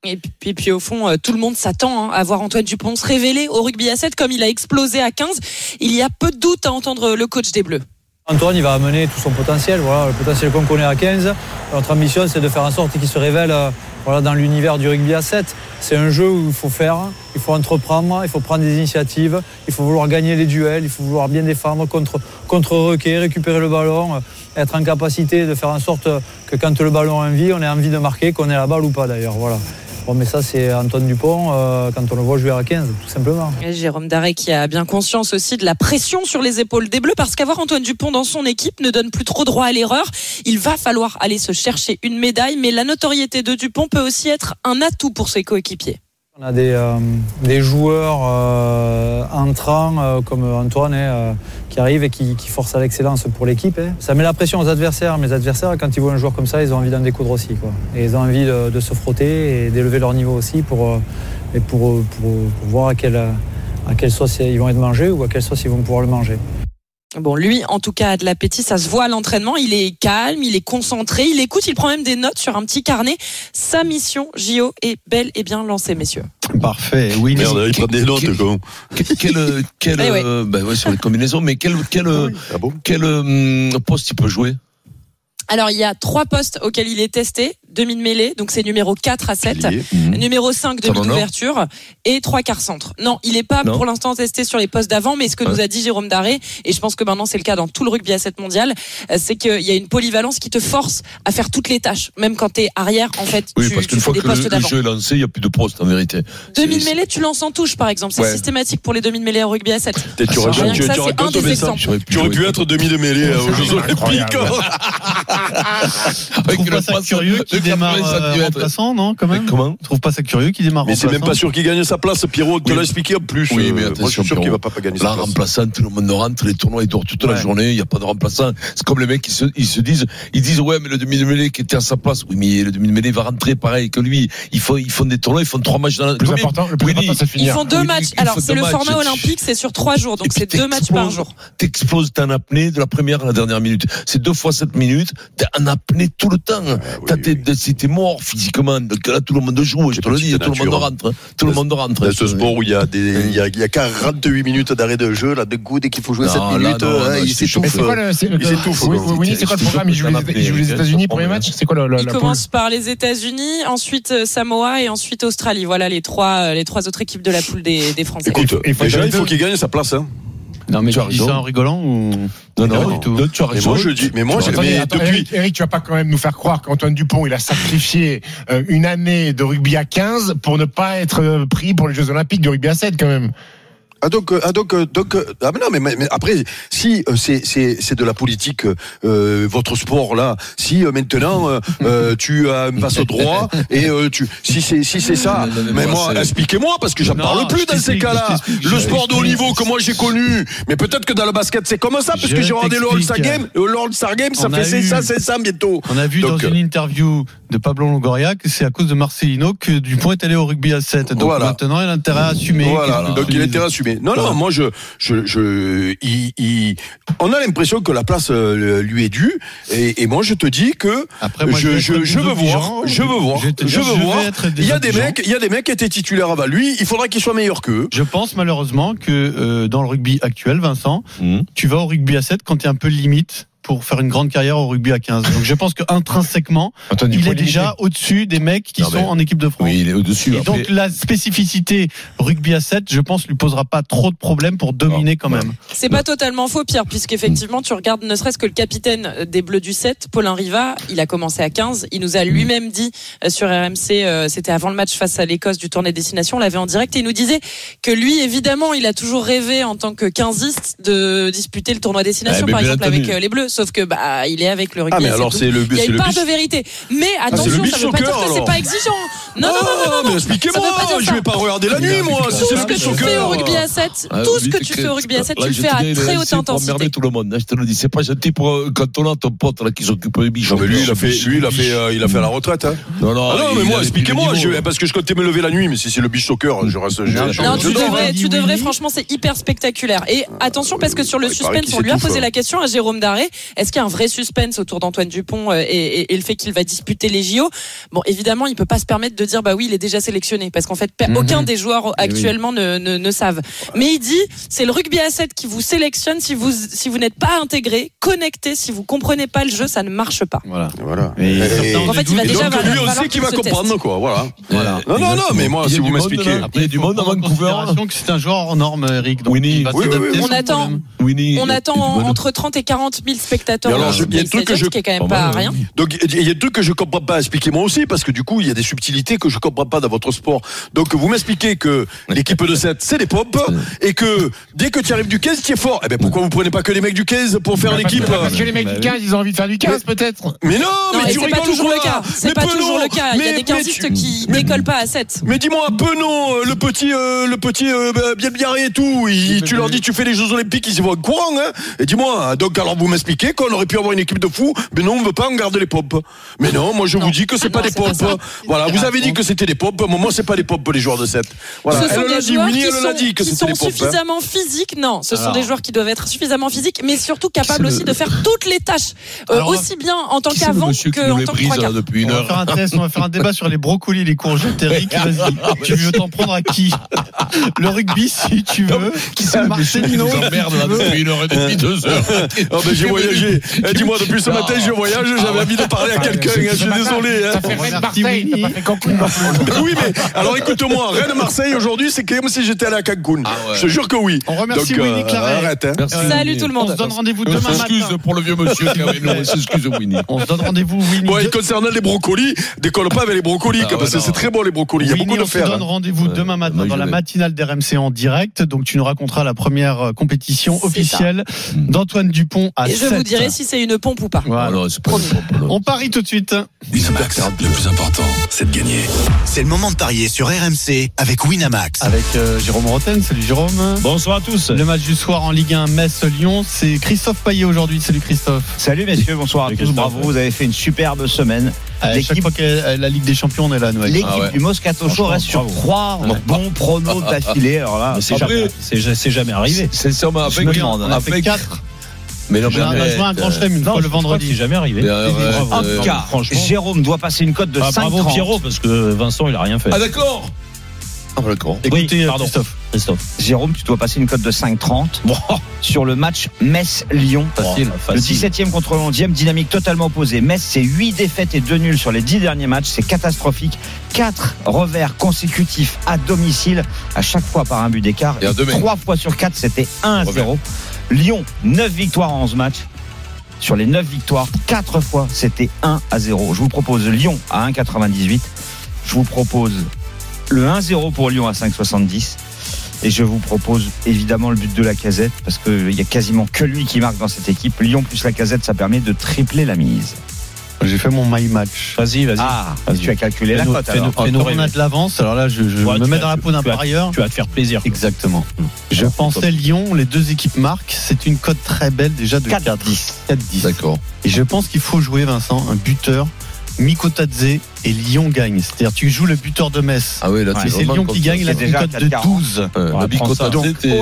Speaker 10: Et puis, puis, puis au fond, euh, tout le monde s'attend hein, à voir Antoine Dupont se révéler au rugby à 7 comme il a explosé à 15. Il y a peu de doute à entendre le coach des Bleus.
Speaker 11: Antoine, il va amener tout son potentiel, voilà, le potentiel qu'on connaît à 15. Notre ambition, c'est de faire en sorte qu'il se révèle euh, voilà, dans l'univers du rugby à 7. C'est un jeu où il faut faire, il faut entreprendre, il faut prendre des initiatives, il faut vouloir gagner les duels, il faut vouloir bien défendre, contre, contre-requer, récupérer le ballon, euh, être en capacité de faire en sorte euh, que quand le ballon a envie, on ait envie de marquer, qu'on ait la balle ou pas d'ailleurs. Voilà. Bon, mais ça, c'est Antoine Dupont euh, quand on le voit jouer à 15, tout simplement.
Speaker 10: Et Jérôme Daré qui a bien conscience aussi de la pression sur les épaules des Bleus parce qu'avoir Antoine Dupont dans son équipe ne donne plus trop droit à l'erreur. Il va falloir aller se chercher une médaille, mais la notoriété de Dupont peut aussi être un atout pour ses coéquipiers.
Speaker 11: On a des, euh, des joueurs euh, entrants euh, comme Antoine hein, euh, qui arrive et qui, qui force à l'excellence pour l'équipe. hein. Ça met la pression aux adversaires. mais Les adversaires, quand ils voient un joueur comme ça, ils ont envie d'en découdre aussi. Quoi. Et ils ont envie de, de se frotter et d'élever leur niveau aussi pour, euh, et pour, euh, pour, pour voir à quelle, à quelle sauce ils vont être mangés ou à quelle sauce ils vont pouvoir le manger.
Speaker 10: Bon, lui, en tout cas, a de l'appétit. Ça se voit à l'entraînement. Il est calme, il est concentré, il écoute, il prend même des notes sur un petit carnet. Sa mission, JO, est belle et bien lancée, messieurs.
Speaker 6: Parfait. Oui,
Speaker 5: Merde, il prend des notes,
Speaker 3: Quel-
Speaker 5: con.
Speaker 3: Que- Quel, euh, quel,
Speaker 10: Eh ouais.
Speaker 3: euh, bah ouais, sur les combinaisons, mais quel, quel, euh,
Speaker 5: Ah bon
Speaker 3: quel euh, hum, poste il peut jouer
Speaker 10: Alors, il y a trois postes auxquels il est testé. Demi de mêlée, donc c'est numéro 4 à 7.
Speaker 5: Pilier.
Speaker 10: Numéro 5,
Speaker 3: mmh.
Speaker 10: demi
Speaker 3: Ça va, non
Speaker 10: d'ouverture. Et trois quarts centre. Non, il n'est pas
Speaker 3: Non.
Speaker 10: pour l'instant testé sur les postes d'avant, mais ce que
Speaker 3: Ouais.
Speaker 10: nous a dit Jérôme Daré, et je pense que maintenant c'est le cas dans tout le rugby à 7 mondial, euh, c'est qu'il y a une polyvalence qui te force à faire toutes les tâches. Même quand t'es arrière, en fait,
Speaker 3: Oui,
Speaker 10: tu,
Speaker 3: parce
Speaker 10: tu
Speaker 3: qu'une
Speaker 10: fais
Speaker 3: fois
Speaker 10: des
Speaker 3: que le,
Speaker 10: postes
Speaker 3: le
Speaker 10: d'avant.
Speaker 3: jeu est lancé, il n'y a plus de poste en vérité. C'est-
Speaker 10: Demi de mêlée, tu lances en touche, par exemple. C'est
Speaker 3: Ouais.
Speaker 10: systématique pour les demi de mêlée au rugby à 7.
Speaker 5: Peut-être tu
Speaker 3: Ah,
Speaker 5: aurais
Speaker 3: ça,
Speaker 5: pu-
Speaker 10: rien que
Speaker 5: tu-
Speaker 10: ça,
Speaker 5: tu aurais
Speaker 10: c'est un
Speaker 5: pu-
Speaker 10: des
Speaker 5: mais ça,
Speaker 10: exemples.
Speaker 3: J'aurais pu
Speaker 5: tu aurais pu
Speaker 3: jouer.
Speaker 5: être demi de mêlée euh, aux Jeux Olympiques.
Speaker 4: Incroyable.
Speaker 6: Je trouve
Speaker 3: Avec
Speaker 6: pas
Speaker 3: le
Speaker 6: ça
Speaker 3: passe
Speaker 6: curieux
Speaker 3: de
Speaker 6: qui démarre
Speaker 3: 80
Speaker 6: euh,
Speaker 3: centimètres.
Speaker 6: remplaçant, non, quand même
Speaker 3: Comment
Speaker 6: Je trouve pas ça curieux qui démarre
Speaker 5: Mais c'est même
Speaker 6: remplaçant.
Speaker 5: pas sûr qu'il gagne sa place, Pierrot. te
Speaker 3: Oui.
Speaker 5: l'a expliqué en plus.
Speaker 3: Oui, mais
Speaker 5: Euh, Moi, je
Speaker 3: attention,
Speaker 5: suis sûr qu'il
Speaker 3: Pierrot.
Speaker 5: va pas gagner
Speaker 3: Là,
Speaker 5: sa place.
Speaker 3: remplaçant, tout le monde rentre, les tournois, ils dorment toute la
Speaker 6: Ouais.
Speaker 3: journée, il n'y a pas de remplaçant. C'est comme les mecs, ils se, ils se disent, ils disent, ouais, mais le demi de mêlée qui était à sa place, oui, mais le demi de mêlée va rentrer pareil que lui. Ils font, ils font des tournois, ils font trois matchs dans la
Speaker 4: Le plus
Speaker 3: Combien
Speaker 4: important, le plus
Speaker 3: Willy,
Speaker 4: important, c'est de
Speaker 10: Ils
Speaker 4: finir.
Speaker 10: font deux
Speaker 3: Oui,
Speaker 10: matchs.
Speaker 3: ils
Speaker 10: Alors,
Speaker 3: font
Speaker 10: c'est
Speaker 3: deux
Speaker 10: le
Speaker 3: matchs.
Speaker 10: format olympique, c'est sur trois jours.
Speaker 3: Et
Speaker 10: Donc,
Speaker 3: puis
Speaker 10: c'est deux matchs par
Speaker 3: t'exploses-
Speaker 10: jour.
Speaker 3: T'exploses, t'es en apnée de la première à la dernière minute. C'est deux fois sept minutes, t'es en apnée tout le temps. T'as
Speaker 5: oui,
Speaker 3: tes- si t'es mort physiquement, donc là tout le monde joue, je
Speaker 5: Quelle
Speaker 3: te le dis,
Speaker 5: petite
Speaker 3: tout le monde
Speaker 5: nature,
Speaker 3: rentre. hein. Tout le
Speaker 5: Dans-
Speaker 3: monde rentre.
Speaker 5: Dans ce sport où il y a des, il y a, il y a 48 minutes d'arrêt de jeu, là, de coup, dès qu'il faut jouer
Speaker 3: Non,
Speaker 5: 7
Speaker 3: là,
Speaker 5: minutes,
Speaker 3: non,
Speaker 5: euh,
Speaker 3: non,
Speaker 5: il
Speaker 3: je te
Speaker 5: s'étouffe.
Speaker 3: jure.
Speaker 4: Mais c'est quoi le, c'est,
Speaker 5: Ils étouffent,
Speaker 4: oui,
Speaker 5: quoi.
Speaker 4: oui, oui, c'est quoi le
Speaker 3: Ils
Speaker 4: programme
Speaker 3: étouffent,
Speaker 4: Ils jouent les,
Speaker 3: ils
Speaker 4: ils jouent les
Speaker 3: étouffent,
Speaker 4: États-Unis,
Speaker 3: ils
Speaker 4: premier
Speaker 3: étouffent.
Speaker 4: match C'est quoi le, le-
Speaker 10: Il
Speaker 4: la
Speaker 10: commence par les États-Unis, ensuite euh, Samoa et ensuite Australie. Voilà les trois, euh, les trois autres équipes de la poule des, des Français.
Speaker 5: Écoute,
Speaker 4: Il faut
Speaker 5: déjà,
Speaker 4: gagner
Speaker 5: il faut
Speaker 4: deux.
Speaker 5: qu'il gagne sa place, hein.
Speaker 6: Non, mais
Speaker 3: Tu as
Speaker 6: tu dis
Speaker 3: raison.
Speaker 6: ça en rigolant ou
Speaker 5: non,
Speaker 3: Non, non,
Speaker 5: du
Speaker 6: tout.
Speaker 3: non, tu as
Speaker 5: Mais
Speaker 3: raison.
Speaker 5: moi, je dis, mais moi,
Speaker 3: Tu
Speaker 5: je-
Speaker 3: as raison.
Speaker 5: mais
Speaker 4: Attendez, attends,
Speaker 5: depuis,
Speaker 4: Eric, Eric, tu vas pas quand même nous faire croire qu'Antoine Dupont, il a sacrifié euh, une année de rugby à 15 pour ne pas être euh, pris pour les Jeux Olympiques du rugby à 7 quand même.
Speaker 5: Ah donc, euh, ah donc, euh, donc euh, ah mais non, mais, mais- mais après, si euh, c'est c'est c'est de la politique, euh, euh, votre sport là, si euh, maintenant euh, euh, tu as un passe droit et euh, tu, si c'est si c'est ça,
Speaker 3: Non, non, mais
Speaker 5: mais
Speaker 3: moi,
Speaker 5: moi,
Speaker 3: c'est-
Speaker 5: expliquez-moi parce que j'en
Speaker 6: Non,
Speaker 5: parle plus
Speaker 6: je
Speaker 5: dans ces
Speaker 6: t'explique,
Speaker 5: cas-là.
Speaker 6: je t'explique,
Speaker 5: Le
Speaker 6: je
Speaker 5: sport de haut
Speaker 6: t'explique.
Speaker 5: niveau que moi j'ai connu, mais peut-être que dans le basket c'est comme ça parce
Speaker 6: Je
Speaker 5: que j'ai regardé le All Star Game,
Speaker 6: t'explique.
Speaker 5: le All Star Game, ça
Speaker 6: On
Speaker 5: fait
Speaker 6: a
Speaker 5: c'est
Speaker 6: eu-
Speaker 5: ça, c'est ça bientôt.
Speaker 6: On a vu
Speaker 5: Donc, euh,
Speaker 6: dans une interview de Pablo Longoria que c'est à cause de Marcelino que Dupont est allé au rugby à 7. Donc
Speaker 5: Voilà.
Speaker 6: maintenant, il a intérêt à assumer.
Speaker 5: Voilà,
Speaker 6: Qu'est-ce que
Speaker 5: donc
Speaker 6: tu
Speaker 5: il
Speaker 6: dis
Speaker 5: était assumé. Non, non, moi je, je, je, il, il- on a l'impression que la place euh, lui est due, et, et moi je te dis que
Speaker 6: Après, moi,
Speaker 5: je,
Speaker 6: vais
Speaker 5: je,
Speaker 6: être
Speaker 5: je veux
Speaker 6: désobligeant.
Speaker 5: voir, je veux voir,
Speaker 6: vais te
Speaker 5: je
Speaker 6: dire,
Speaker 5: veux
Speaker 6: vais
Speaker 5: voir.
Speaker 6: être
Speaker 5: Il y a des
Speaker 6: désobligeant.
Speaker 5: mecs, il y a des mecs qui étaient titulaires avant lui. Il faudra qu'il soit meilleur qu'eux.
Speaker 6: Je pense malheureusement que euh, dans le rugby actuel, Vincent,
Speaker 3: Mhm.
Speaker 6: tu vas au rugby à 7 quand tu es un peu limite pour faire une grande carrière au rugby à 15. Donc je pense que intrinsèquement,
Speaker 4: Antoine
Speaker 6: il
Speaker 4: Dupont
Speaker 6: est
Speaker 4: limité.
Speaker 6: déjà au-dessus des mecs qui
Speaker 3: Non,
Speaker 6: sont
Speaker 3: mais-
Speaker 6: en équipe de France.
Speaker 3: Oui, il est au-dessus.
Speaker 6: Et
Speaker 3: après.
Speaker 6: donc la spécificité rugby à 7, je pense, lui posera pas trop de problèmes pour dominer quand même.
Speaker 10: C'est pas totalement faux, Pierre, puisqu'effectivement, tu regardes ne serait-ce que le capitaine euh, des Bleus du 7, Paulin Riva, il a commencé à 15. Il
Speaker 5: Mm.
Speaker 10: nous a lui-même dit euh, sur RMC, euh, c'était avant le match face à l'Écosse du tournée Destination, on l'avait en direct, et il nous disait que lui, évidemment, il a toujours rêvé en tant que 15iste de disputer le tournoi Destination,
Speaker 3: Eh ben,
Speaker 10: par
Speaker 3: bien
Speaker 10: exemple,
Speaker 3: entendu.
Speaker 10: avec euh, les Bleus, sauf que bah, il est avec le rugby.
Speaker 5: Ah mais
Speaker 10: et c'est
Speaker 5: alors
Speaker 10: tout.
Speaker 5: c'est le
Speaker 10: il
Speaker 5: but,
Speaker 10: y a
Speaker 5: c'est
Speaker 10: une
Speaker 5: le
Speaker 10: part
Speaker 5: but. Ah,
Speaker 10: de vérité. Mais
Speaker 5: le
Speaker 10: attention,
Speaker 5: beach
Speaker 10: ça veut pas
Speaker 5: soccer,
Speaker 10: dire que c'est
Speaker 5: alors. Ah,
Speaker 10: pas exigeant. Non, non, non, non, non,
Speaker 5: mais
Speaker 10: non.
Speaker 5: expliquez-moi.
Speaker 10: Ça veut pas dire
Speaker 5: Je
Speaker 10: ça.
Speaker 5: vais pas regarder la nuit, moi. Si
Speaker 10: Tout ce
Speaker 5: c'est le
Speaker 10: que
Speaker 5: beach
Speaker 10: tu
Speaker 5: soccer.
Speaker 10: fais au rugby à 7,
Speaker 3: Ah,
Speaker 10: tout ce
Speaker 3: vite
Speaker 10: que tu fais au rugby à 7,
Speaker 3: là,
Speaker 10: tu le
Speaker 3: je
Speaker 10: fais
Speaker 3: te
Speaker 10: à
Speaker 3: dis, il est
Speaker 10: très haute
Speaker 3: lancé pour
Speaker 10: intensité.
Speaker 3: emmerder tout le monde. hein, Je te le dis, c'est pas gentil pour euh, quand on a ton pote là qui s'occupe des biches.
Speaker 5: Non mais lui il a fait, lui il a fait, euh, il a fait à la retraite. Hein.
Speaker 3: Non, non,
Speaker 5: Ah non
Speaker 3: il
Speaker 5: mais
Speaker 3: avait
Speaker 5: moi
Speaker 3: pris le
Speaker 5: expliquez-moi,
Speaker 3: niveau.
Speaker 5: je- parce que je comptais me lever la nuit, mais si c'est le beach soccer, je reste. je- je-
Speaker 10: Non,
Speaker 5: je
Speaker 10: tu
Speaker 5: dors, hein.
Speaker 10: devrais,
Speaker 6: hein.
Speaker 10: tu devrais,
Speaker 6: Oui.
Speaker 10: franchement, c'est hyper spectaculaire. Et attention, parce que sur le
Speaker 5: il paraît
Speaker 10: suspense,
Speaker 5: qu'il
Speaker 10: on lui a
Speaker 5: s'étouffe,
Speaker 10: posé
Speaker 5: hein.
Speaker 10: la question à Jérôme Daré. Est-ce qu'il y a un vrai suspense autour d'Antoine Dupont euh, et, et- et le fait qu'il va disputer les JO Bon, évidemment, il peut pas se permettre de de dire bah oui, il est déjà sélectionné parce qu'en fait pe- aucun des joueurs actuellement ne, ne, ne savent. Mais il dit c'est le rugby à 7 qui vous sélectionne si vous si vous n'êtes pas intégré, connecté, si vous comprenez pas le jeu, ça ne marche pas.
Speaker 6: Voilà.
Speaker 5: Voilà.
Speaker 6: Et-
Speaker 10: Donc, en fait, il va
Speaker 5: Et
Speaker 10: déjà
Speaker 5: donc,
Speaker 10: falloir-
Speaker 5: lui, on
Speaker 10: falloir
Speaker 5: sait
Speaker 10: qu'il
Speaker 5: qu'il va
Speaker 10: se teste.
Speaker 5: comprendre, quoi. Voilà.
Speaker 6: Voilà.
Speaker 5: Non, non, non, mais moi,
Speaker 3: Il y a
Speaker 5: si
Speaker 3: du
Speaker 5: vous
Speaker 3: monde,
Speaker 5: m'expliquez.
Speaker 3: là. Après, il y a du monde à Vancouver.
Speaker 6: considération que c'est un joueur en norme, Eric. Donc
Speaker 3: Winnie.
Speaker 6: il va
Speaker 5: Oui, oui,
Speaker 6: s'adapter
Speaker 5: oui.
Speaker 6: sans
Speaker 10: On attend.
Speaker 6: problème.
Speaker 3: Winnie,
Speaker 10: On
Speaker 3: il y a
Speaker 10: attend
Speaker 3: du monde.
Speaker 10: entre 30 et 40 000 spectateurs.
Speaker 5: Mais alors,
Speaker 10: dans
Speaker 5: je- il y a un truc
Speaker 10: stadium,
Speaker 5: que je- Oh, bah,
Speaker 10: qui est quand
Speaker 3: Pas
Speaker 10: même pas
Speaker 3: mal,
Speaker 10: rien.
Speaker 5: Donc il y a- il y a des trucs que je comprends pas, expliquez-moi aussi parce que du coup il y a des subtilités que je comprends pas dans votre sport. Donc vous m'expliquez que l'équipe de 7 c'est des pompes et que dès que tu arrives du 15 tu es fort. Eh ben pourquoi vous prenez pas que les mecs du 15 pour faire l'équipe
Speaker 4: Bah, Parce que les mecs
Speaker 3: Bah
Speaker 4: du
Speaker 3: oui.
Speaker 4: 15, ils ont envie de faire du 15, peut-être.
Speaker 5: Mais non,
Speaker 10: Non,
Speaker 5: mais
Speaker 10: et
Speaker 5: tu
Speaker 10: c'est pas
Speaker 5: rigoles ou
Speaker 10: toujours
Speaker 5: quoi
Speaker 10: le cas. C'est
Speaker 5: Mais
Speaker 10: pas toujours
Speaker 5: Penaud,
Speaker 10: le cas. Il y a
Speaker 5: mais-
Speaker 10: des 15
Speaker 5: mais tu-
Speaker 10: qui décollent pas à 7.
Speaker 5: Mais dis-moi, Penon, euh, le petit, euh, le petit euh, bah, bien biarré et tout, il- tu leur dis tu fais les Jeux Olympiques, ils y vont courant, hein Et dis-moi, hein, donc alors vous m'expliquez qu'on aurait pu avoir une équipe de fous, mais non, on veut pas en garder les pompes. Mais non, moi je vous dis que c'est
Speaker 10: Ah
Speaker 5: pas
Speaker 10: non,
Speaker 5: des
Speaker 10: c'est pas ça. Ah
Speaker 5: pompes. Voilà, vous avez dit que c'était des pompes, moi moi, c'est pas des pompes les joueurs de 7. Voilà,
Speaker 10: Ce sont
Speaker 5: elle l'a
Speaker 10: des
Speaker 5: dit,
Speaker 10: joueurs
Speaker 5: Winnie,
Speaker 10: qui
Speaker 5: elle l'a dit
Speaker 10: sont,
Speaker 5: que
Speaker 10: qui
Speaker 5: c'était Ah. des
Speaker 10: sont
Speaker 5: pompes. hein.
Speaker 10: suffisamment physiques. Non, ce sont
Speaker 6: Alors.
Speaker 10: des joueurs qui doivent être suffisamment physiques, mais surtout capables
Speaker 3: le-
Speaker 10: aussi de faire toutes les tâches, euh,
Speaker 3: Alors,
Speaker 10: aussi bien en tant
Speaker 3: Qui c'est le
Speaker 10: qu'avant
Speaker 3: monsieur qui nous
Speaker 10: qu'en
Speaker 3: les
Speaker 10: tant que
Speaker 3: brise
Speaker 10: trois quarts.
Speaker 3: hein, depuis
Speaker 6: On
Speaker 3: une
Speaker 6: va faire
Speaker 3: heure
Speaker 6: un test, on va faire un débat sur les brocolis, les courgettes, Eric. Vas-y, tu veux t'en prendre à qui Le rugby, si tu veux. Qui c'est Marcelino
Speaker 3: Qui nous emmerde là depuis une heure et demie, deux heures.
Speaker 5: Ah ben j'ai voyagé. Eh, Dis-moi, depuis ce
Speaker 3: Non.
Speaker 5: matin, je voyage,
Speaker 4: Ah
Speaker 5: j'avais envie de parler à quelqu'un, hein, je suis désolé. hein.
Speaker 4: Ça fait Rennes Marseille,
Speaker 6: Winnie.
Speaker 4: t'as pas fait Cancun. non plus.
Speaker 5: Mais oui, mais alors écoute-moi, Rennes-Marseille aujourd'hui, c'est comme si j'étais allé à Cancun.
Speaker 3: Ah ouais.
Speaker 5: Je te jure que oui.
Speaker 6: On remercie
Speaker 5: Donc, euh,
Speaker 6: Winnie Claret.
Speaker 5: arrête, hein.
Speaker 3: Merci.
Speaker 10: Salut tout le
Speaker 6: On se
Speaker 10: monde.
Speaker 6: donne rendez-vous
Speaker 3: On
Speaker 6: demain
Speaker 3: s'excuse
Speaker 6: matin.
Speaker 3: pour le vieux monsieur qui avait non, on s'excuse Winnie.
Speaker 6: On se donne rendez-vous, Winnie.
Speaker 5: Bon,
Speaker 6: de-
Speaker 5: et concernant les brocolis, décolle pas avec les brocolis,
Speaker 3: Ah
Speaker 5: quoi,
Speaker 3: ouais,
Speaker 5: parce que
Speaker 3: non.
Speaker 5: c'est très bon les brocolis. Il y a
Speaker 6: Winnie,
Speaker 5: beaucoup de
Speaker 6: on se
Speaker 5: fer.
Speaker 6: donne
Speaker 5: hein.
Speaker 6: rendez-vous
Speaker 3: Ouais,
Speaker 6: demain matin
Speaker 3: moi,
Speaker 6: dans
Speaker 3: je
Speaker 6: la
Speaker 3: vais.
Speaker 6: matinale d'RMC en direct. Donc, tu nous raconteras la première euh, compétition
Speaker 10: C'est
Speaker 6: officielle d'Antoine Dupont à
Speaker 10: Et je vous
Speaker 6: 7.
Speaker 10: dirai si c'est une pompe ou pas.
Speaker 6: Voilà.
Speaker 3: Alors, c'est pas
Speaker 6: On parie tout de suite.
Speaker 2: Winamax, le plus important, c'est de gagner.
Speaker 12: C'est le moment de parier sur RMC avec Winamax.
Speaker 6: Avec euh, Jérôme Roten. Salut Jérôme.
Speaker 13: Bonsoir à tous.
Speaker 6: Le match du soir en Ligue 1 Metz-Lyon, c'est Christophe Payet aujourd'hui. Salut Christophe.
Speaker 13: Salut messieurs, bonsoir à
Speaker 6: Salut
Speaker 13: tous.
Speaker 6: Christophe.
Speaker 13: Bravo, vous avez fait une superbe semaine.
Speaker 6: À chaque
Speaker 13: L'équipe-
Speaker 6: fois que euh, la Ligue des Champions, on est là, Noël.
Speaker 13: L'équipe
Speaker 3: Ah ouais.
Speaker 13: du Moscato Show Franchement, reste sur bravo. trois
Speaker 6: Ouais.
Speaker 13: bons pronos d'affilée. Alors là,
Speaker 3: Mais c'est
Speaker 13: après,
Speaker 3: jamais-
Speaker 13: c'est- c'est jamais arrivé.
Speaker 3: Sincèrement,
Speaker 13: Je me
Speaker 3: avec.
Speaker 13: demande, hein.
Speaker 6: On a fait
Speaker 3: avec-
Speaker 6: 4.
Speaker 3: Mais non,
Speaker 6: J'ai un
Speaker 3: mais-
Speaker 6: joint un grand chelem
Speaker 12: euh,
Speaker 6: une
Speaker 13: euh, Non,
Speaker 6: fois
Speaker 13: je
Speaker 6: le
Speaker 13: crois que
Speaker 6: vendredi.
Speaker 13: C'est jamais
Speaker 3: Mais,
Speaker 13: arrivé.
Speaker 3: euh,
Speaker 13: Et-
Speaker 3: ouais,
Speaker 13: en
Speaker 3: euh,
Speaker 13: tout cas,
Speaker 6: franchement.
Speaker 13: Jérôme doit passer une cote de
Speaker 12: Ah,
Speaker 13: 5
Speaker 12: bravo Pierrot, parce que Vincent, il a rien fait.
Speaker 3: Ah d'accord Ah bah, d'accord.
Speaker 6: Écoutez,
Speaker 12: Oui,
Speaker 6: euh,
Speaker 12: pardon.
Speaker 6: Christophe.
Speaker 12: Christophe.
Speaker 13: Jérôme, tu dois passer une cote de 5,30 sur le match Metz-Lyon.
Speaker 12: Facile,
Speaker 13: Le
Speaker 12: facile.
Speaker 13: 17e contre le 11e, dynamique totalement opposée. Metz, c'est 8 défaites et 2 nuls sur les 10 derniers matchs. C'est catastrophique. 4 revers consécutifs à domicile, à chaque fois par un but d'écart.
Speaker 3: Et à deux mains.
Speaker 13: 3 fois sur 4, c'était 1-0.
Speaker 3: Revers.
Speaker 13: Lyon, 9 victoires en 11 matchs. Sur les 9 victoires, 4 fois, c'était 1 à 0. Je vous propose Lyon à 1,98. Je vous propose le 1-0 pour Lyon à 5,70. Et je vous propose évidemment le but de la casette, parce qu'il y a quasiment que lui qui marque dans cette équipe. Lyon plus la casette, ça permet de tripler la mise.
Speaker 6: J'ai fait mon my match.
Speaker 12: Vas-y, vas-y.
Speaker 13: Ah, tu as calculé la
Speaker 12: Fais-nous-
Speaker 13: cote
Speaker 12: fais-nous-
Speaker 13: alors.
Speaker 6: Quand
Speaker 12: fais-nous
Speaker 6: on a
Speaker 12: rêver.
Speaker 6: de l'avance, alors là, je, je
Speaker 12: Ouais,
Speaker 6: me
Speaker 12: tu
Speaker 6: mets
Speaker 12: as-
Speaker 6: dans la peau d'un
Speaker 12: tu as-
Speaker 6: parieur.
Speaker 12: Tu vas te faire plaisir.
Speaker 6: Exactement. Je pensais Lyon, les deux équipes marquent. C'est une cote très belle déjà de 4.
Speaker 13: 4-10.
Speaker 6: 4-10.
Speaker 3: D'accord.
Speaker 6: Et je pense qu'il faut jouer, Vincent, un buteur. Miko Tadze et Lyon gagne. C'est-à-dire, tu joues le buteur de Metz.
Speaker 3: Ah oui, là,
Speaker 6: et c'est Lyon qui gagne, la
Speaker 13: C'est déjà
Speaker 6: cote de
Speaker 13: 4,40.
Speaker 6: 12.
Speaker 13: Ouais,
Speaker 3: La
Speaker 13: prends ça.
Speaker 3: bicota,
Speaker 13: Donc, OL plus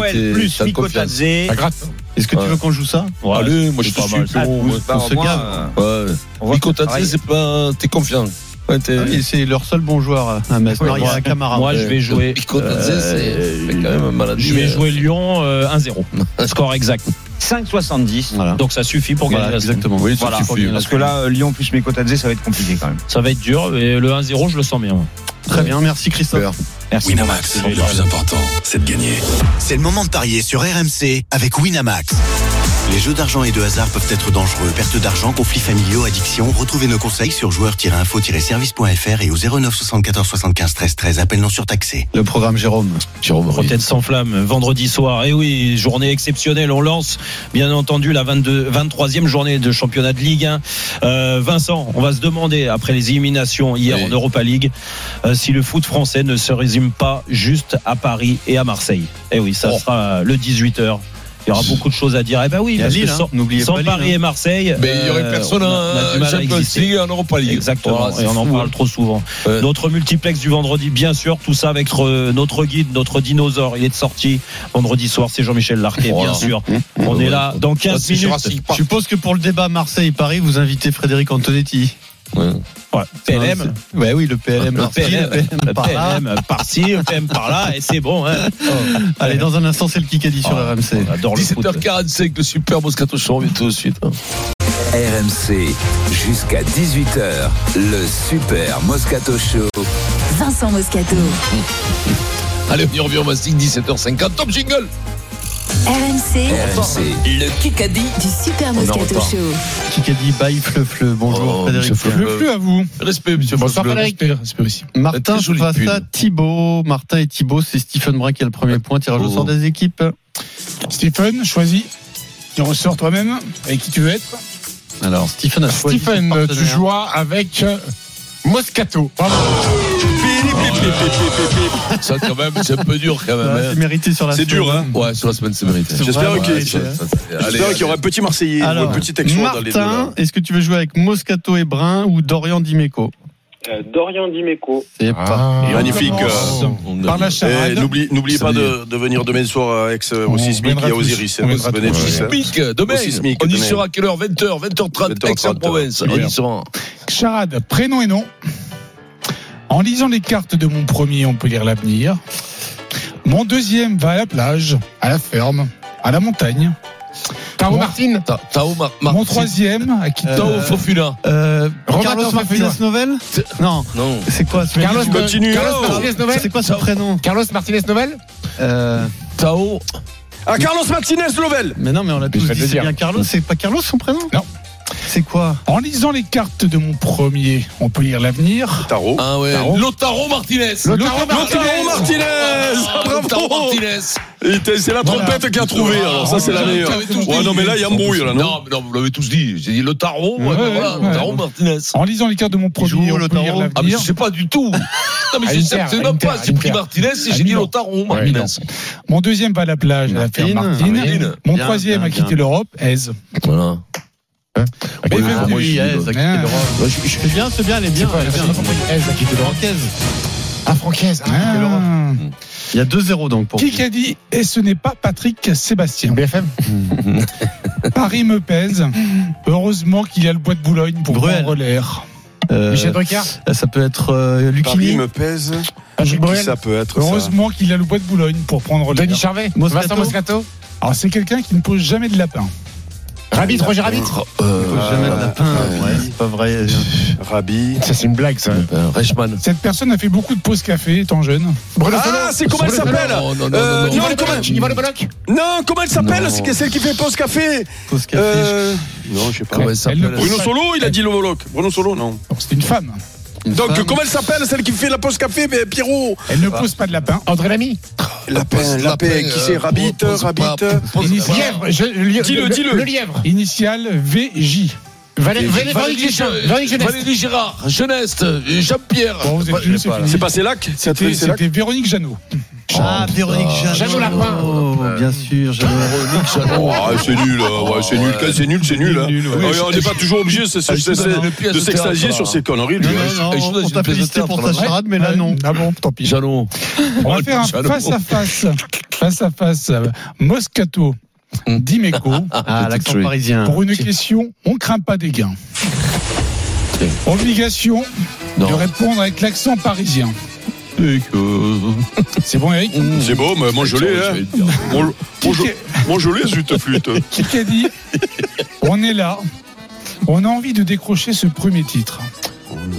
Speaker 3: confiance.
Speaker 13: Mikotadze.
Speaker 4: Ça gratte.
Speaker 6: Est-ce que tu
Speaker 3: Ouais.
Speaker 6: veux qu'on joue ça
Speaker 12: Ouais,
Speaker 3: Allez, moi je
Speaker 12: c'est
Speaker 3: te
Speaker 12: pas
Speaker 3: suis.
Speaker 12: mal.
Speaker 3: Pierrot, moi.
Speaker 13: Bah,
Speaker 6: on se
Speaker 13: moi,
Speaker 6: gave.
Speaker 13: euh,
Speaker 3: Ouais.
Speaker 13: on voit que
Speaker 3: Bicota,
Speaker 13: pareil.
Speaker 3: c'est pas. T'es confiant. Ouais, t'es.
Speaker 6: Ah oui, C'est leur seul bon joueur euh, à Metz.
Speaker 12: Oui,
Speaker 6: Non, il y
Speaker 12: moi-
Speaker 6: a Camara. Euh,
Speaker 12: Moi,
Speaker 3: Ouais,
Speaker 12: je vais jouer. euh,
Speaker 3: Bicota, c'est- c'est quand même un maladie,
Speaker 12: Je vais
Speaker 3: euh.
Speaker 12: jouer Lyon euh, 1-0. Score exact.
Speaker 13: 5,70.
Speaker 6: Voilà.
Speaker 12: Donc ça suffit pour
Speaker 6: Voilà,
Speaker 12: gagner la semaine.
Speaker 6: exactement.
Speaker 3: Oui, ça
Speaker 13: Voilà.
Speaker 3: suffit.
Speaker 13: Parce que là, euh, Lyon plus Mikotadze, ça va être compliqué quand même.
Speaker 12: Ça va être dur, mais le 1-0, je le sens bien.
Speaker 6: Très bien, merci Christophe.
Speaker 13: Merci.
Speaker 2: Winamax, le plus important, c'est de gagner.
Speaker 12: C'est le moment de parier sur RMC avec Winamax.
Speaker 2: Les jeux d'argent et de hasard peuvent être dangereux. Perte d'argent, conflits familiaux, addiction. Retrouvez nos conseils sur joueurs-info-service.fr et au 09 74 75 13 13. Appel non surtaxé.
Speaker 6: Le programme Jérôme.
Speaker 3: Jérôme, oui.
Speaker 12: Rotten sans flamme, vendredi soir. Et oui, journée exceptionnelle. On lance, bien entendu, la 22, 23e journée de championnat de Ligue 1. Euh, Vincent, on va se demander, après les éliminations hier
Speaker 3: Oui.
Speaker 12: en Europa League, euh, si le foot français ne se résume pas juste à Paris et à Marseille. Et oui, ça
Speaker 3: Oh.
Speaker 12: sera le 18h. Il y aura beaucoup de choses à dire. Eh ben oui,
Speaker 6: Il y a
Speaker 12: parce que
Speaker 6: Lille, hein.
Speaker 12: sans,
Speaker 6: n'oubliez
Speaker 12: sans
Speaker 6: pas. Lille,
Speaker 12: Paris et Marseille.
Speaker 3: Mais il y aurait
Speaker 12: euh,
Speaker 3: personne
Speaker 12: on a- on a du
Speaker 3: en
Speaker 12: mal à hein,
Speaker 3: Champions
Speaker 12: exister.
Speaker 3: League, en Europa League.
Speaker 12: Exactement,
Speaker 3: Voilà, c'est
Speaker 12: et on en
Speaker 3: fou,
Speaker 12: parle
Speaker 3: hein.
Speaker 12: trop souvent.
Speaker 3: Ouais.
Speaker 12: Notre multiplex du vendredi, bien sûr, tout ça avec euh, notre guide, notre dinosaure, il est de sortie vendredi soir, c'est Jean-Michel Larquet,
Speaker 3: Voilà.
Speaker 12: bien sûr. On
Speaker 3: Oh
Speaker 12: est là dans
Speaker 3: Ça,
Speaker 12: 15
Speaker 3: c'est
Speaker 12: minutes.
Speaker 3: Jurassic
Speaker 6: Je
Speaker 3: Park.
Speaker 6: suppose que pour le débat Marseille-Paris, vous invitez Frédéric Antonetti.
Speaker 12: Ouais, PLM.
Speaker 5: Ah, bah
Speaker 6: Ouais, oui, le PLM
Speaker 12: Le
Speaker 6: par-ci,
Speaker 12: PLM,
Speaker 6: le PLM par-là.
Speaker 12: PLM par-ci, le PLM par-là, et c'est bon. Hein.
Speaker 6: Oh.
Speaker 12: Oh,
Speaker 6: Allez, dans un instant, c'est le Kikadi sur RMC.
Speaker 3: 17h45, le super Moscato Show, on revient tout de suite. hein.
Speaker 14: RMC, jusqu'à 18h, le super Moscato Show.
Speaker 15: Vincent Moscato.
Speaker 3: Allez, on y revient au Mastic, 17h50, top jingle
Speaker 15: RMC.
Speaker 14: RMC, le Kikadi
Speaker 15: Du Super
Speaker 3: On en
Speaker 15: Moscato
Speaker 3: repart.
Speaker 15: Show.
Speaker 6: Kikadi by Flefleu.
Speaker 3: Oh,
Speaker 6: Bonjour, Frédéric.
Speaker 3: à
Speaker 6: vous.
Speaker 3: Respect, monsieur
Speaker 6: Bonsoir,
Speaker 3: Fleu.
Speaker 6: Frédéric.
Speaker 3: Respect, respect aussi.
Speaker 6: Martin
Speaker 3: Très jolie
Speaker 6: face
Speaker 3: pub.
Speaker 6: à Thibaut. Martin et Thibaut, c'est Stephen Brun qui a le premier point. Tirage au sort des équipes.
Speaker 16: Stephen, choisis. Tu ressors toi-même avec qui tu veux être.
Speaker 6: Alors, Stephen a choisi.
Speaker 16: Stephen,
Speaker 6: ses
Speaker 16: euh, tu
Speaker 6: partenaires.
Speaker 16: joues avec euh, Moscato. Bravo.
Speaker 3: Ça, quand même, c'est un peu dur, quand même.
Speaker 6: Ouais,
Speaker 3: hein.
Speaker 6: c'est mérité sur la
Speaker 3: C'est
Speaker 6: semaine.
Speaker 3: dur, hein Ouais, sur la semaine, c'est mérité.
Speaker 6: C'est J'espère vraiment qu'il- mérité, hein.
Speaker 5: J'espère qu'il y aura un petit Marseillais,
Speaker 6: Alors,
Speaker 5: ou un petit Texois dans les deux. là.
Speaker 6: Martin, est-ce que tu veux jouer avec Moscato et Brun ou Dorian Dimeco
Speaker 17: Dorian Dimeco.
Speaker 6: C'est parti.
Speaker 5: Ah, Magnifique. euh,
Speaker 16: Par la charade.
Speaker 5: eh, N'oublie n'oubliez pas de, de venir demain soir avec euh, au Sismic et à Osiris. hein. Venez tous, hein.
Speaker 3: Sismic, demain.
Speaker 5: Au Sismic,
Speaker 3: on y
Speaker 5: demain.
Speaker 3: sera à quelle heure 20h, 20h30, Aix-en-Provence. On y sera.
Speaker 16: Charade, prénom et nom. En lisant les cartes de mon premier, on peut lire l'avenir. Mon deuxième va à la plage, à la ferme, à la montagne. Tao Martin.
Speaker 3: Tao Martin.
Speaker 16: Mon troisième, à qui
Speaker 3: Tao Fofula.
Speaker 6: Euh,
Speaker 16: Roberto
Speaker 6: Carlos
Speaker 16: Fofula.
Speaker 6: Martinez Novel Non.
Speaker 3: Non.
Speaker 6: C'est quoi ce
Speaker 16: Carlos,
Speaker 6: mec
Speaker 16: Continue. Oh.
Speaker 4: Oh.
Speaker 16: Carlos Martinez Novel
Speaker 6: C'est quoi son prénom
Speaker 16: Carlos Martinez Novel
Speaker 6: Euh,
Speaker 3: Tao.
Speaker 5: Ah, Carlos Martinez Lovel
Speaker 6: Mais non, mais on l'a tous
Speaker 16: vais te
Speaker 6: dit.
Speaker 16: le
Speaker 6: C'est
Speaker 16: dire.
Speaker 6: bien Carlos. C'est pas Carlos son prénom
Speaker 16: Non.
Speaker 6: C'est quoi
Speaker 16: En lisant les cartes de mon premier, on peut lire l'avenir.
Speaker 5: Tarot.
Speaker 3: Ah ouais.
Speaker 16: Tao.
Speaker 3: Lotaro Martinez.
Speaker 16: Lautaro Martinez.
Speaker 5: Martinez
Speaker 3: Lautaro
Speaker 5: Ah, Bravo
Speaker 3: Martinez.
Speaker 5: Et t'es- C'est la
Speaker 3: Voilà.
Speaker 5: trompette qu'il a trouvé,
Speaker 3: Voilà.
Speaker 5: alors ça c'est la
Speaker 3: Vous
Speaker 5: meilleure.
Speaker 3: l'avez tous
Speaker 5: Ouais,
Speaker 3: dit.
Speaker 5: non mais là il y a un brouille là, non
Speaker 3: Non, mais non, vous l'avez tous dit. J'ai dit Lotaro. Ouais,
Speaker 16: Ouais,
Speaker 3: ben
Speaker 16: ouais,
Speaker 3: voilà,
Speaker 16: ouais.
Speaker 3: Lotaro Martinez.
Speaker 16: En lisant les cartes de mon premier,
Speaker 6: joue
Speaker 16: on
Speaker 6: le
Speaker 16: peut lire
Speaker 6: tarot
Speaker 16: l'avenir.
Speaker 3: Ah, mais je sais pas du tout. Non, mais
Speaker 16: À
Speaker 3: je
Speaker 16: Inter,
Speaker 3: sais même
Speaker 16: Inter,
Speaker 3: pas. J'ai pris
Speaker 16: Inter.
Speaker 3: Martinez et
Speaker 16: À
Speaker 3: j'ai dit
Speaker 16: Milan.
Speaker 3: Lotaro
Speaker 16: Ouais,
Speaker 3: Martinez.
Speaker 16: non. Mon deuxième va à la plage, à la
Speaker 6: Martine.
Speaker 16: ferme Martine.
Speaker 3: Martine.
Speaker 16: Mon
Speaker 6: Bien,
Speaker 16: troisième
Speaker 6: bien,
Speaker 16: a quitté
Speaker 6: bien.
Speaker 16: l'Europe, Aise.
Speaker 3: Voilà.
Speaker 6: Ah
Speaker 3: Ouais, moi, je
Speaker 6: oui,
Speaker 3: suis
Speaker 6: elle,
Speaker 3: de-
Speaker 6: ça quitte
Speaker 16: Ouais.
Speaker 6: l'Europe.
Speaker 3: Ouais, je- je-
Speaker 6: C'est bien, c'est bien, elle est bien.
Speaker 16: quoi,
Speaker 6: elle est
Speaker 16: j'ai
Speaker 6: bien.
Speaker 16: pas compris. Aise a quitté l'Europe.
Speaker 6: Francaise.
Speaker 16: Ah, Francaise.
Speaker 6: quitté l'Europe.
Speaker 16: Ah.
Speaker 6: Il y a 2-0 donc pour
Speaker 16: Qui a dit Et ce n'est pas Patrick Sébastien. BFM. Paris me pèse. Heureusement qu'il y a le bois de Boulogne pour
Speaker 6: Bruel.
Speaker 16: prendre l'air.
Speaker 6: Euh,
Speaker 16: Drucker.
Speaker 6: Ça peut être euh,
Speaker 5: Paris
Speaker 6: Lucchini,
Speaker 5: me pèse.
Speaker 16: Patrick
Speaker 5: Qui
Speaker 16: Bruel.
Speaker 5: ça peut être ça
Speaker 16: Ah, Heureusement qu'il a le bois de Boulogne pour prendre l'air.
Speaker 12: Charvet,
Speaker 6: Moscato.
Speaker 16: Alors, c'est quelqu'un qui ne pose jamais de lapin. Euh, Rabbit, Roger Rabbit.
Speaker 5: Euh,
Speaker 6: Faut jamais de lapin. Ouais, c'est pas vrai.
Speaker 5: Rabi.
Speaker 12: Ça, c'est une blague, ça.
Speaker 3: Euh, Reichmann.
Speaker 16: Cette personne a fait beaucoup de pauses café étant jeune.
Speaker 5: Ah, c'est comment elle s'appelle
Speaker 3: Non, non, non,
Speaker 5: Euh,
Speaker 3: non, non.
Speaker 5: non, comment- Non, comment elle s'appelle C'est celle qui fait pause café
Speaker 6: Pause café.
Speaker 5: Euh, Non, je sais pas.
Speaker 3: Comment elle
Speaker 16: Elle ne
Speaker 3: s'appelle
Speaker 5: Bruno Solo, il a dit le Moloch. Bruno Solo, non.
Speaker 16: Non, C'est une femme.
Speaker 6: Une
Speaker 5: Donc,
Speaker 6: femme.
Speaker 5: comment elle s'appelle, celle qui fait la pause café, mais Pierrot
Speaker 16: Elle ne pose pas de lapin. André Lamy.
Speaker 5: Lapin, lapin, qui c'est Rabbit, Rabbit.
Speaker 16: Euh, Lièvre. je- li-
Speaker 5: Dis-le,
Speaker 16: le-
Speaker 5: dis-le.
Speaker 16: Le lièvre. Initial VJ.
Speaker 3: Valérie Gérard, Jeunesse, Jean-Pierre.
Speaker 16: Bon, vous êtes
Speaker 3: Bah,
Speaker 16: nuls,
Speaker 3: je l'ai
Speaker 16: c'est
Speaker 3: pas, là.
Speaker 16: fini.
Speaker 5: C'est pas Célac C'est
Speaker 16: C'était
Speaker 5: Célac
Speaker 16: c'était Véronique Jeannot.
Speaker 6: Ah, Véronique Jeannot.
Speaker 16: Jeannot Lapin.
Speaker 6: Oh, bien sûr, Jeannot.
Speaker 5: Oh, ah, c'est nul, euh, ouais, c'est nul, quand c'est nul, c'est nul. hein.
Speaker 16: Nul, ouais.
Speaker 5: Ouais, On n'est pas toujours obligé de se- se-
Speaker 3: Ah, je
Speaker 5: se-
Speaker 3: suis dans le pièce
Speaker 5: de
Speaker 3: de théâtre,
Speaker 5: s'extasier
Speaker 3: là.
Speaker 5: sur ces conneries. lui,
Speaker 6: Non,
Speaker 5: hein.
Speaker 6: non,
Speaker 3: je vous
Speaker 6: non,
Speaker 3: donne
Speaker 6: on
Speaker 3: une
Speaker 6: t'a
Speaker 3: pièce de
Speaker 6: félicité
Speaker 3: théâtre,
Speaker 6: pour ta
Speaker 3: là.
Speaker 6: charade, mais là non.
Speaker 16: Ah bon, tant pis.
Speaker 3: Jeannot.
Speaker 16: On va
Speaker 3: Oh,
Speaker 16: faire un
Speaker 3: Jeannot.
Speaker 16: face à face. Face à face. euh, Moscato.
Speaker 3: Hmm.
Speaker 16: Dimeco.
Speaker 6: Ah, l'accent
Speaker 3: tué.
Speaker 6: parisien.
Speaker 16: Pour une question, on craint pas des gains. Obligation de
Speaker 3: Non.
Speaker 16: répondre avec l'accent parisien. C'est bon, Eric
Speaker 3: Hmm,
Speaker 5: C'est bon, mais moi je l'ai. hein. Moi, moi, je- moi, je l'ai, zut flûte.
Speaker 16: Qui t'a dit On est là. On a envie de décrocher ce premier titre.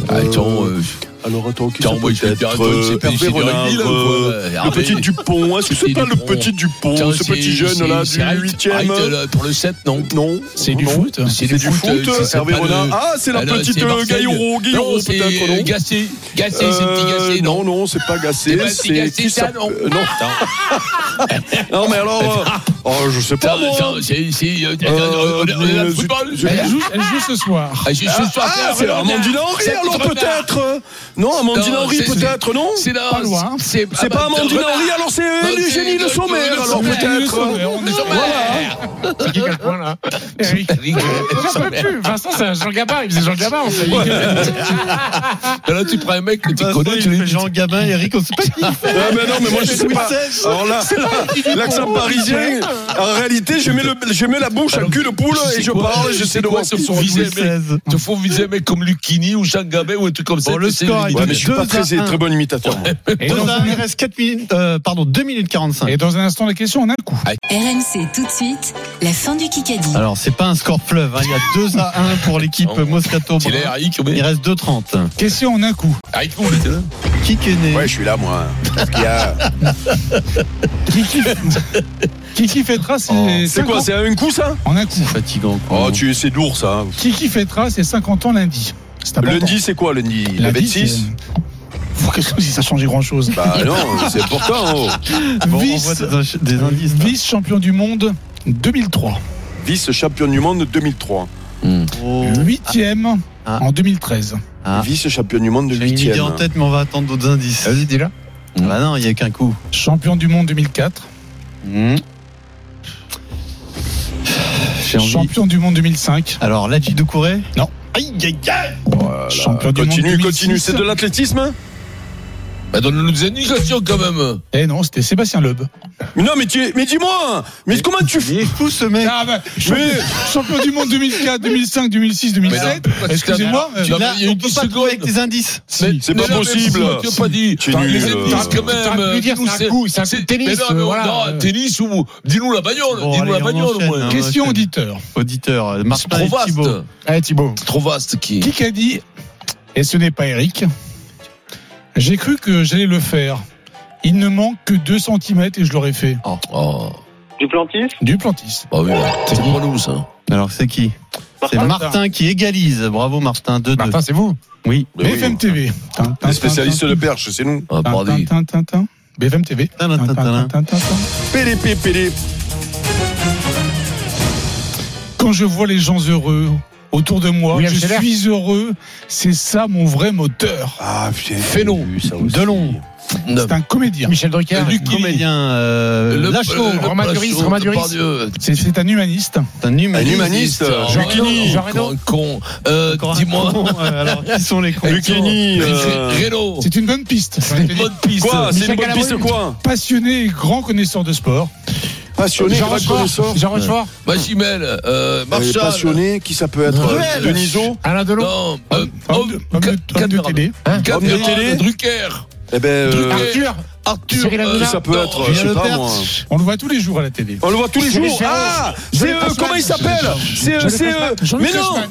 Speaker 3: Attends, euh,
Speaker 5: Alors attends, qui
Speaker 3: tiens, moi, je vais te dire un truc, c'est
Speaker 5: Hervé
Speaker 3: c'est du
Speaker 5: Renard,
Speaker 3: rugby, là, ou quoi
Speaker 5: euh,
Speaker 3: Ouais,
Speaker 5: Le
Speaker 3: Hervé.
Speaker 5: petit Dupont, est-ce que c'est
Speaker 3: Petit
Speaker 5: pas le
Speaker 3: Dupont. hein,
Speaker 5: petit Dupont,
Speaker 3: Tiens,
Speaker 5: ce
Speaker 3: c'est-
Speaker 5: petit jeune
Speaker 3: c'est-
Speaker 5: là
Speaker 3: c'est Wright-
Speaker 5: du 8ème
Speaker 3: Wright, là, pour le 7, non
Speaker 5: Non,
Speaker 16: C'est du
Speaker 5: non.
Speaker 16: foot.
Speaker 5: C'est du foot,
Speaker 3: c'est-
Speaker 5: Hervé
Speaker 3: c'est pas
Speaker 5: Renard.
Speaker 3: le-
Speaker 5: Ah, c'est la
Speaker 3: Ah, non,
Speaker 5: petite
Speaker 3: c'est Marseille.
Speaker 5: Gaillon, Gaillon
Speaker 3: Non, c'est
Speaker 5: peut-être, non
Speaker 3: Gassé, Gassé, c'est petit
Speaker 5: Euh,
Speaker 3: Gassé,
Speaker 5: non,
Speaker 3: non
Speaker 5: non, c'est pas
Speaker 3: C'est
Speaker 5: Gassé.
Speaker 3: pas le petit Gassé,
Speaker 5: qui
Speaker 3: ça,
Speaker 5: ça-
Speaker 3: non
Speaker 5: euh, Non, non, mais alors. euh, Oh, je sais pas.
Speaker 3: Putain,
Speaker 5: moi.
Speaker 3: attends, c'est- c'est- euh,
Speaker 5: Euh,
Speaker 3: on est- on est dans le
Speaker 5: zut,
Speaker 3: football. Eh,
Speaker 5: zut.
Speaker 16: Elle joue, elle joue ce soir.
Speaker 3: Ah, je- je
Speaker 5: Ah,
Speaker 3: suis
Speaker 5: ah, c'est Amandine Henry,
Speaker 3: C'est
Speaker 5: alors
Speaker 3: Renard.
Speaker 5: peut-être euh, Non, Amandine
Speaker 3: Non,
Speaker 5: Henry,
Speaker 3: c'est-
Speaker 5: peut-être, non
Speaker 3: C'est là,
Speaker 16: Pas loin.
Speaker 3: C'est
Speaker 5: C'est pas Amandine
Speaker 3: Renard.
Speaker 5: Henry, alors c'est euh,
Speaker 3: Non,
Speaker 5: Eugénie
Speaker 3: c'est-
Speaker 5: Le Sommer,
Speaker 3: Le
Speaker 5: alors
Speaker 3: Sommer,
Speaker 5: peut-être. euh, hein.
Speaker 16: Le sommaire, on est-
Speaker 3: Sommer.
Speaker 4: C'est qui qui a le point, là
Speaker 16: Eric. J'en peux plus. Vincent, c'est un Jean Gabin. Il faisait Jean Gabin, en fait.
Speaker 3: là, tu prends un mec que tu connais, tu lui dis.
Speaker 6: Jean Gabin, Eric, on sait pas qui
Speaker 5: Ah, mais non, mais moi je sais pas. Alors là, l'accent parisien, en réalité, je mets, le, je mets la bouche à cul de poule et je parle et je sais de voir
Speaker 3: quoi
Speaker 5: ce
Speaker 3: ce
Speaker 5: sont
Speaker 3: sont visés. Il te faut viser un mec comme Lucchini ou Jean Gabin ou un truc comme ça.
Speaker 6: Bon, le
Speaker 3: C'est-
Speaker 6: score,
Speaker 3: c'est-
Speaker 6: il
Speaker 5: Ouais,
Speaker 6: donne
Speaker 5: mais je suis pas
Speaker 6: 2 à
Speaker 5: très,
Speaker 6: 1.
Speaker 5: très bon imitateur. moi.
Speaker 6: Et dans un, il reste 4 minutes, euh, pardon, 2 minutes 45.
Speaker 16: Et dans un instant, la question en un coup.
Speaker 15: RMC tout de suite, la fin du Kikadi.
Speaker 6: Alors, c'est pas un score fleuve. hein. Il y a 2 à 1 pour l'équipe Moscato.
Speaker 3: Il est Eric, mais-
Speaker 6: Il reste 2,30.
Speaker 16: Question en un coup.
Speaker 3: Eric, vous, il était là.
Speaker 6: Qui est né
Speaker 5: Ouais, je suis là, moi. Parce qu'il y a-
Speaker 16: Qui qui- Qui qui fêtera
Speaker 6: Oh.
Speaker 16: ses
Speaker 5: C'est
Speaker 16: 50
Speaker 5: quoi C'est un coup, ça
Speaker 16: En un coup.
Speaker 6: Fatigant.
Speaker 5: Oh,
Speaker 6: quoi.
Speaker 5: tu, c'est lourd, ça.
Speaker 16: Qui qui fêtera ses 50 ans lundi C'est important.
Speaker 5: Lundi, c'est quoi, lundi Le
Speaker 16: Lundi,
Speaker 5: 26
Speaker 16: c'est- Faut que ça- si ça changeait grand chose.
Speaker 5: Bah non, c'est important. oh.
Speaker 6: Bon, on
Speaker 16: Vice-
Speaker 6: voit des, des indices. là.
Speaker 16: Vice-champion du monde 2003.
Speaker 5: Vice-champion du monde 2003. Hmm.
Speaker 6: Oh.
Speaker 16: Huitième
Speaker 6: Ah.
Speaker 16: en 2013.
Speaker 6: Ah.
Speaker 5: Vice-champion du monde de
Speaker 6: J'ai une
Speaker 5: 8
Speaker 6: idée en tête, mais on va attendre d'autres indices.
Speaker 16: Vas-y, dis-la.
Speaker 6: Bah non, il n'y a qu'un coup.
Speaker 16: Champion du monde 2004.
Speaker 6: J'ai envie.
Speaker 16: Champion du monde 2005.
Speaker 6: Alors, Ladji Doucouré
Speaker 16: Non.
Speaker 6: Aïe, aïe, aïe
Speaker 16: Champion du monde
Speaker 5: Continue,
Speaker 16: 2006.
Speaker 5: continue. C'est de l'athlétisme hein
Speaker 3: Bah, donne-nous des indications quand même.
Speaker 16: Eh non, c'était Sébastien Loeb.
Speaker 5: Mais non, mais, tu es- mais dis-moi Mais comment tu fais
Speaker 6: Il est fou ce mec
Speaker 16: Ah bah, champion, champion du monde 2004, 2005, 2006,
Speaker 3: Mais non,
Speaker 16: 2007.
Speaker 3: parce que-
Speaker 16: Excusez-moi.
Speaker 3: Tu
Speaker 16: euh,
Speaker 3: l'as-
Speaker 6: Là,
Speaker 3: mais il y a
Speaker 6: on
Speaker 3: eu
Speaker 6: peut
Speaker 3: 10
Speaker 6: pas trouver avec
Speaker 3: secondes.
Speaker 6: des indices.
Speaker 16: si.
Speaker 5: C'est pas
Speaker 3: Mais non, mais
Speaker 5: possible.
Speaker 3: si, Tu n'as pas dit.
Speaker 5: Tu es
Speaker 3: Enfin,
Speaker 5: nul,
Speaker 3: Les
Speaker 5: euh,
Speaker 3: indices, quand
Speaker 16: t'aurais pu
Speaker 3: même.
Speaker 16: dire,
Speaker 3: Dis-nous,
Speaker 16: c'est un coup, c'est un coup de tennis,
Speaker 3: Mais non, mais
Speaker 16: euh, voilà.
Speaker 3: non, tennis ou. Dis-nous la bagnole.
Speaker 6: Bon,
Speaker 3: Dis-nous
Speaker 6: allez,
Speaker 3: la
Speaker 6: on
Speaker 3: bagnole,
Speaker 6: enchaîne,
Speaker 3: au moins.
Speaker 6: hein.
Speaker 16: Question
Speaker 6: ouais,
Speaker 16: auditeur.
Speaker 6: Auditeur,
Speaker 3: C'est
Speaker 6: Martin
Speaker 3: trop
Speaker 6: et
Speaker 3: vaste.
Speaker 6: Thibault.
Speaker 16: Allez Thibaut.
Speaker 3: C'est Trop vaste, qui.
Speaker 16: Qui a dit Et ce n'est pas Eric. J'ai cru que j'allais le faire. Il ne manque que 2 cm et je l'aurais fait.
Speaker 3: Oh.
Speaker 17: Duplantis
Speaker 16: Du plantis.
Speaker 3: Bah oui, c'est hein. pour nous, ça.
Speaker 6: Alors c'est qui C'est Martin qui égalise. Bravo Martin, 2-2.
Speaker 16: Martin, c'est vous
Speaker 6: Oui.
Speaker 5: Mais Bah oui.
Speaker 16: BFM TV. Tin, tin,
Speaker 5: Les spécialistes
Speaker 16: tin,
Speaker 5: de perche, c'est nous.
Speaker 3: Ah,
Speaker 16: tin,
Speaker 3: pardi.
Speaker 16: tin, tin, tin. BFM TV.
Speaker 6: Tin, tin, tin, tin.
Speaker 16: Tin, tin, tin, tin.
Speaker 5: Pélé, pélé, pélé.
Speaker 16: Quand je vois les gens heureux autour de moi,
Speaker 4: William
Speaker 16: je
Speaker 4: Scheller.
Speaker 16: suis heureux. C'est ça mon vrai moteur.
Speaker 5: Ah, putain.
Speaker 3: Fénon.
Speaker 6: Delon,
Speaker 3: Non.
Speaker 16: C'est un comédien.
Speaker 4: Michel Drucker.
Speaker 16: Luc Guilly.
Speaker 6: comédien euh, Lachaud,
Speaker 3: le- le-
Speaker 4: Romain
Speaker 3: le-
Speaker 4: Duris,
Speaker 3: le-
Speaker 4: Romain
Speaker 3: le-
Speaker 4: Duris.
Speaker 3: Pardieu.
Speaker 16: C'est- C'est un humaniste.
Speaker 6: un
Speaker 5: Un
Speaker 6: humaniste.
Speaker 5: humaniste. Lucchini.
Speaker 3: Jean Reno. Con. Euh,
Speaker 6: Encore un
Speaker 3: Dis-moi.
Speaker 6: con, euh, Alors qui sont les cons
Speaker 5: Lucchini. euh,
Speaker 3: Reno.
Speaker 16: Oh. C'est une bonne piste.
Speaker 3: C'est une bonne piste.
Speaker 5: Quoi C'est
Speaker 16: Michel
Speaker 5: une bonne piste
Speaker 16: Galabru.
Speaker 5: quoi
Speaker 16: Passionné et grand connaisseur de sport.
Speaker 5: Passionné,
Speaker 16: Jean
Speaker 5: grand
Speaker 16: Rochefort.
Speaker 5: connaisseur.
Speaker 16: Jean Rochefort.
Speaker 3: Magimel. Bah, Euh,
Speaker 5: Euh,
Speaker 3: Marshall.
Speaker 5: Passionné, qui ça peut être euh,
Speaker 3: Ruel.
Speaker 5: Deniso
Speaker 16: Alain Delon.
Speaker 3: Non. euh,
Speaker 16: Homme homme de- homme de-
Speaker 3: Ca-
Speaker 16: homme de
Speaker 3: Cameron.
Speaker 16: télé.
Speaker 5: Homme de
Speaker 3: Cameron,
Speaker 5: télé.
Speaker 3: Hein, euh, Drucker.
Speaker 5: Eh ben, euh,
Speaker 16: Arthur,
Speaker 3: Arthur.
Speaker 16: Cyril
Speaker 5: euh,
Speaker 16: Hanouna.
Speaker 5: ça peut
Speaker 3: non,
Speaker 5: être, euh, je sais
Speaker 6: Julien
Speaker 5: pas
Speaker 6: Lepers.
Speaker 5: moi.
Speaker 16: on le voit tous les jours à la télé.
Speaker 5: On le voit tous les
Speaker 16: Jean-Luc
Speaker 5: jours.
Speaker 16: Ferrand.
Speaker 5: Ah C'est
Speaker 16: Jean-Luc
Speaker 5: euh, comment il s'appelle C'est euh,
Speaker 16: Jean-Luc
Speaker 5: c'est euh,
Speaker 16: Reichmann. Jean-Luc
Speaker 5: Mais non
Speaker 16: Reichmann.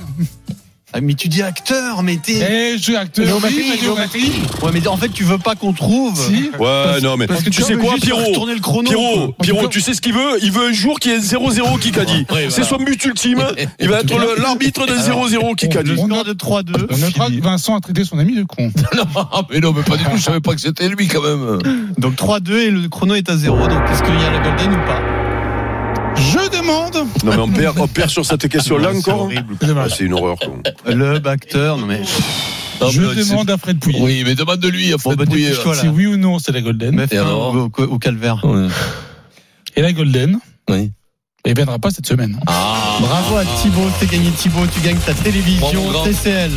Speaker 6: Ah, mais tu dis acteur, mais t'es.
Speaker 16: Eh, je suis acteur.
Speaker 6: Léomatrie,
Speaker 16: Oui, Léomatrie.
Speaker 6: Ouais, mais en fait, tu veux pas qu'on trouve.
Speaker 16: Si.
Speaker 5: Ouais, non, mais
Speaker 16: parce que
Speaker 5: tu
Speaker 16: tu
Speaker 5: sais
Speaker 16: veux
Speaker 5: quoi,
Speaker 16: juste
Speaker 5: Pierrot
Speaker 6: Tourner le chrono.
Speaker 5: Pierrot,
Speaker 6: quoi.
Speaker 5: Pierrot, tu sais ce qu'il veut Il veut un jour qu'il y ait 0-0 qui a dit.
Speaker 3: Ouais,
Speaker 5: C'est
Speaker 3: voilà.
Speaker 5: son but ultime. Il va être le- l'arbitre de 0-0 qui a
Speaker 6: Le
Speaker 5: dit.
Speaker 6: score de 3-2.
Speaker 16: On notera que Vincent a traité son ami de con.
Speaker 3: Non, mais non, mais pas du tout. Je savais pas que c'était lui quand même.
Speaker 6: Donc 3-2 et le chrono est à 0. Donc est-ce qu'il y a la golden ou pas
Speaker 16: Je demande.
Speaker 5: Non, mais on perd, on perd sur cette question-là
Speaker 6: C'est
Speaker 5: encore.
Speaker 6: horrible.
Speaker 5: Ah, C'est une horreur. quoi.
Speaker 6: Le acteur, non mais. euh,
Speaker 3: Non,
Speaker 16: je
Speaker 3: Ah, mais c'est-
Speaker 16: demande à Fred Pouillet.
Speaker 3: Oui, mais demande de lui à
Speaker 6: Bon,
Speaker 3: Fred
Speaker 6: bah,
Speaker 3: Bouillet.
Speaker 6: dépêche-toi
Speaker 16: C'est
Speaker 6: là.
Speaker 16: oui ou non, c'est la Golden.
Speaker 6: Mais fais un
Speaker 3: alors
Speaker 6: hein, au, au calvaire.
Speaker 3: Ouais.
Speaker 16: Et la Golden,
Speaker 3: Oui.
Speaker 16: elle viendra pas cette semaine.
Speaker 3: Ah.
Speaker 6: Bravo à Thibaut, t'es gagné Thibaut, tu gagnes ta
Speaker 3: Bravo,
Speaker 6: télévision
Speaker 3: grand.
Speaker 6: TCL.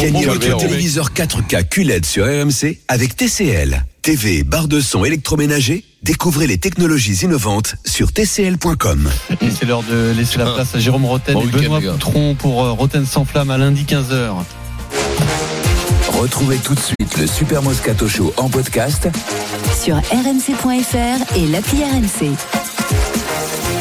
Speaker 14: Gagnez
Speaker 5: bon,
Speaker 14: votre
Speaker 5: Calvaire,
Speaker 14: téléviseur 4K QLED E sur RMC avec TCL. TV, barre de son électroménager, découvrez les technologies innovantes sur tcl.com.
Speaker 6: Et c'est l'heure de laisser la place à Jérôme Roten
Speaker 3: Ah. Bon
Speaker 6: et
Speaker 3: week-end,
Speaker 6: Benoît
Speaker 3: les gars.
Speaker 6: Poutron pour euh, Roten sans flamme à lundi 15h.
Speaker 14: Retrouvez tout de suite le Super Moscato Show en podcast
Speaker 15: Sur rmc.fr et l'appli RMC.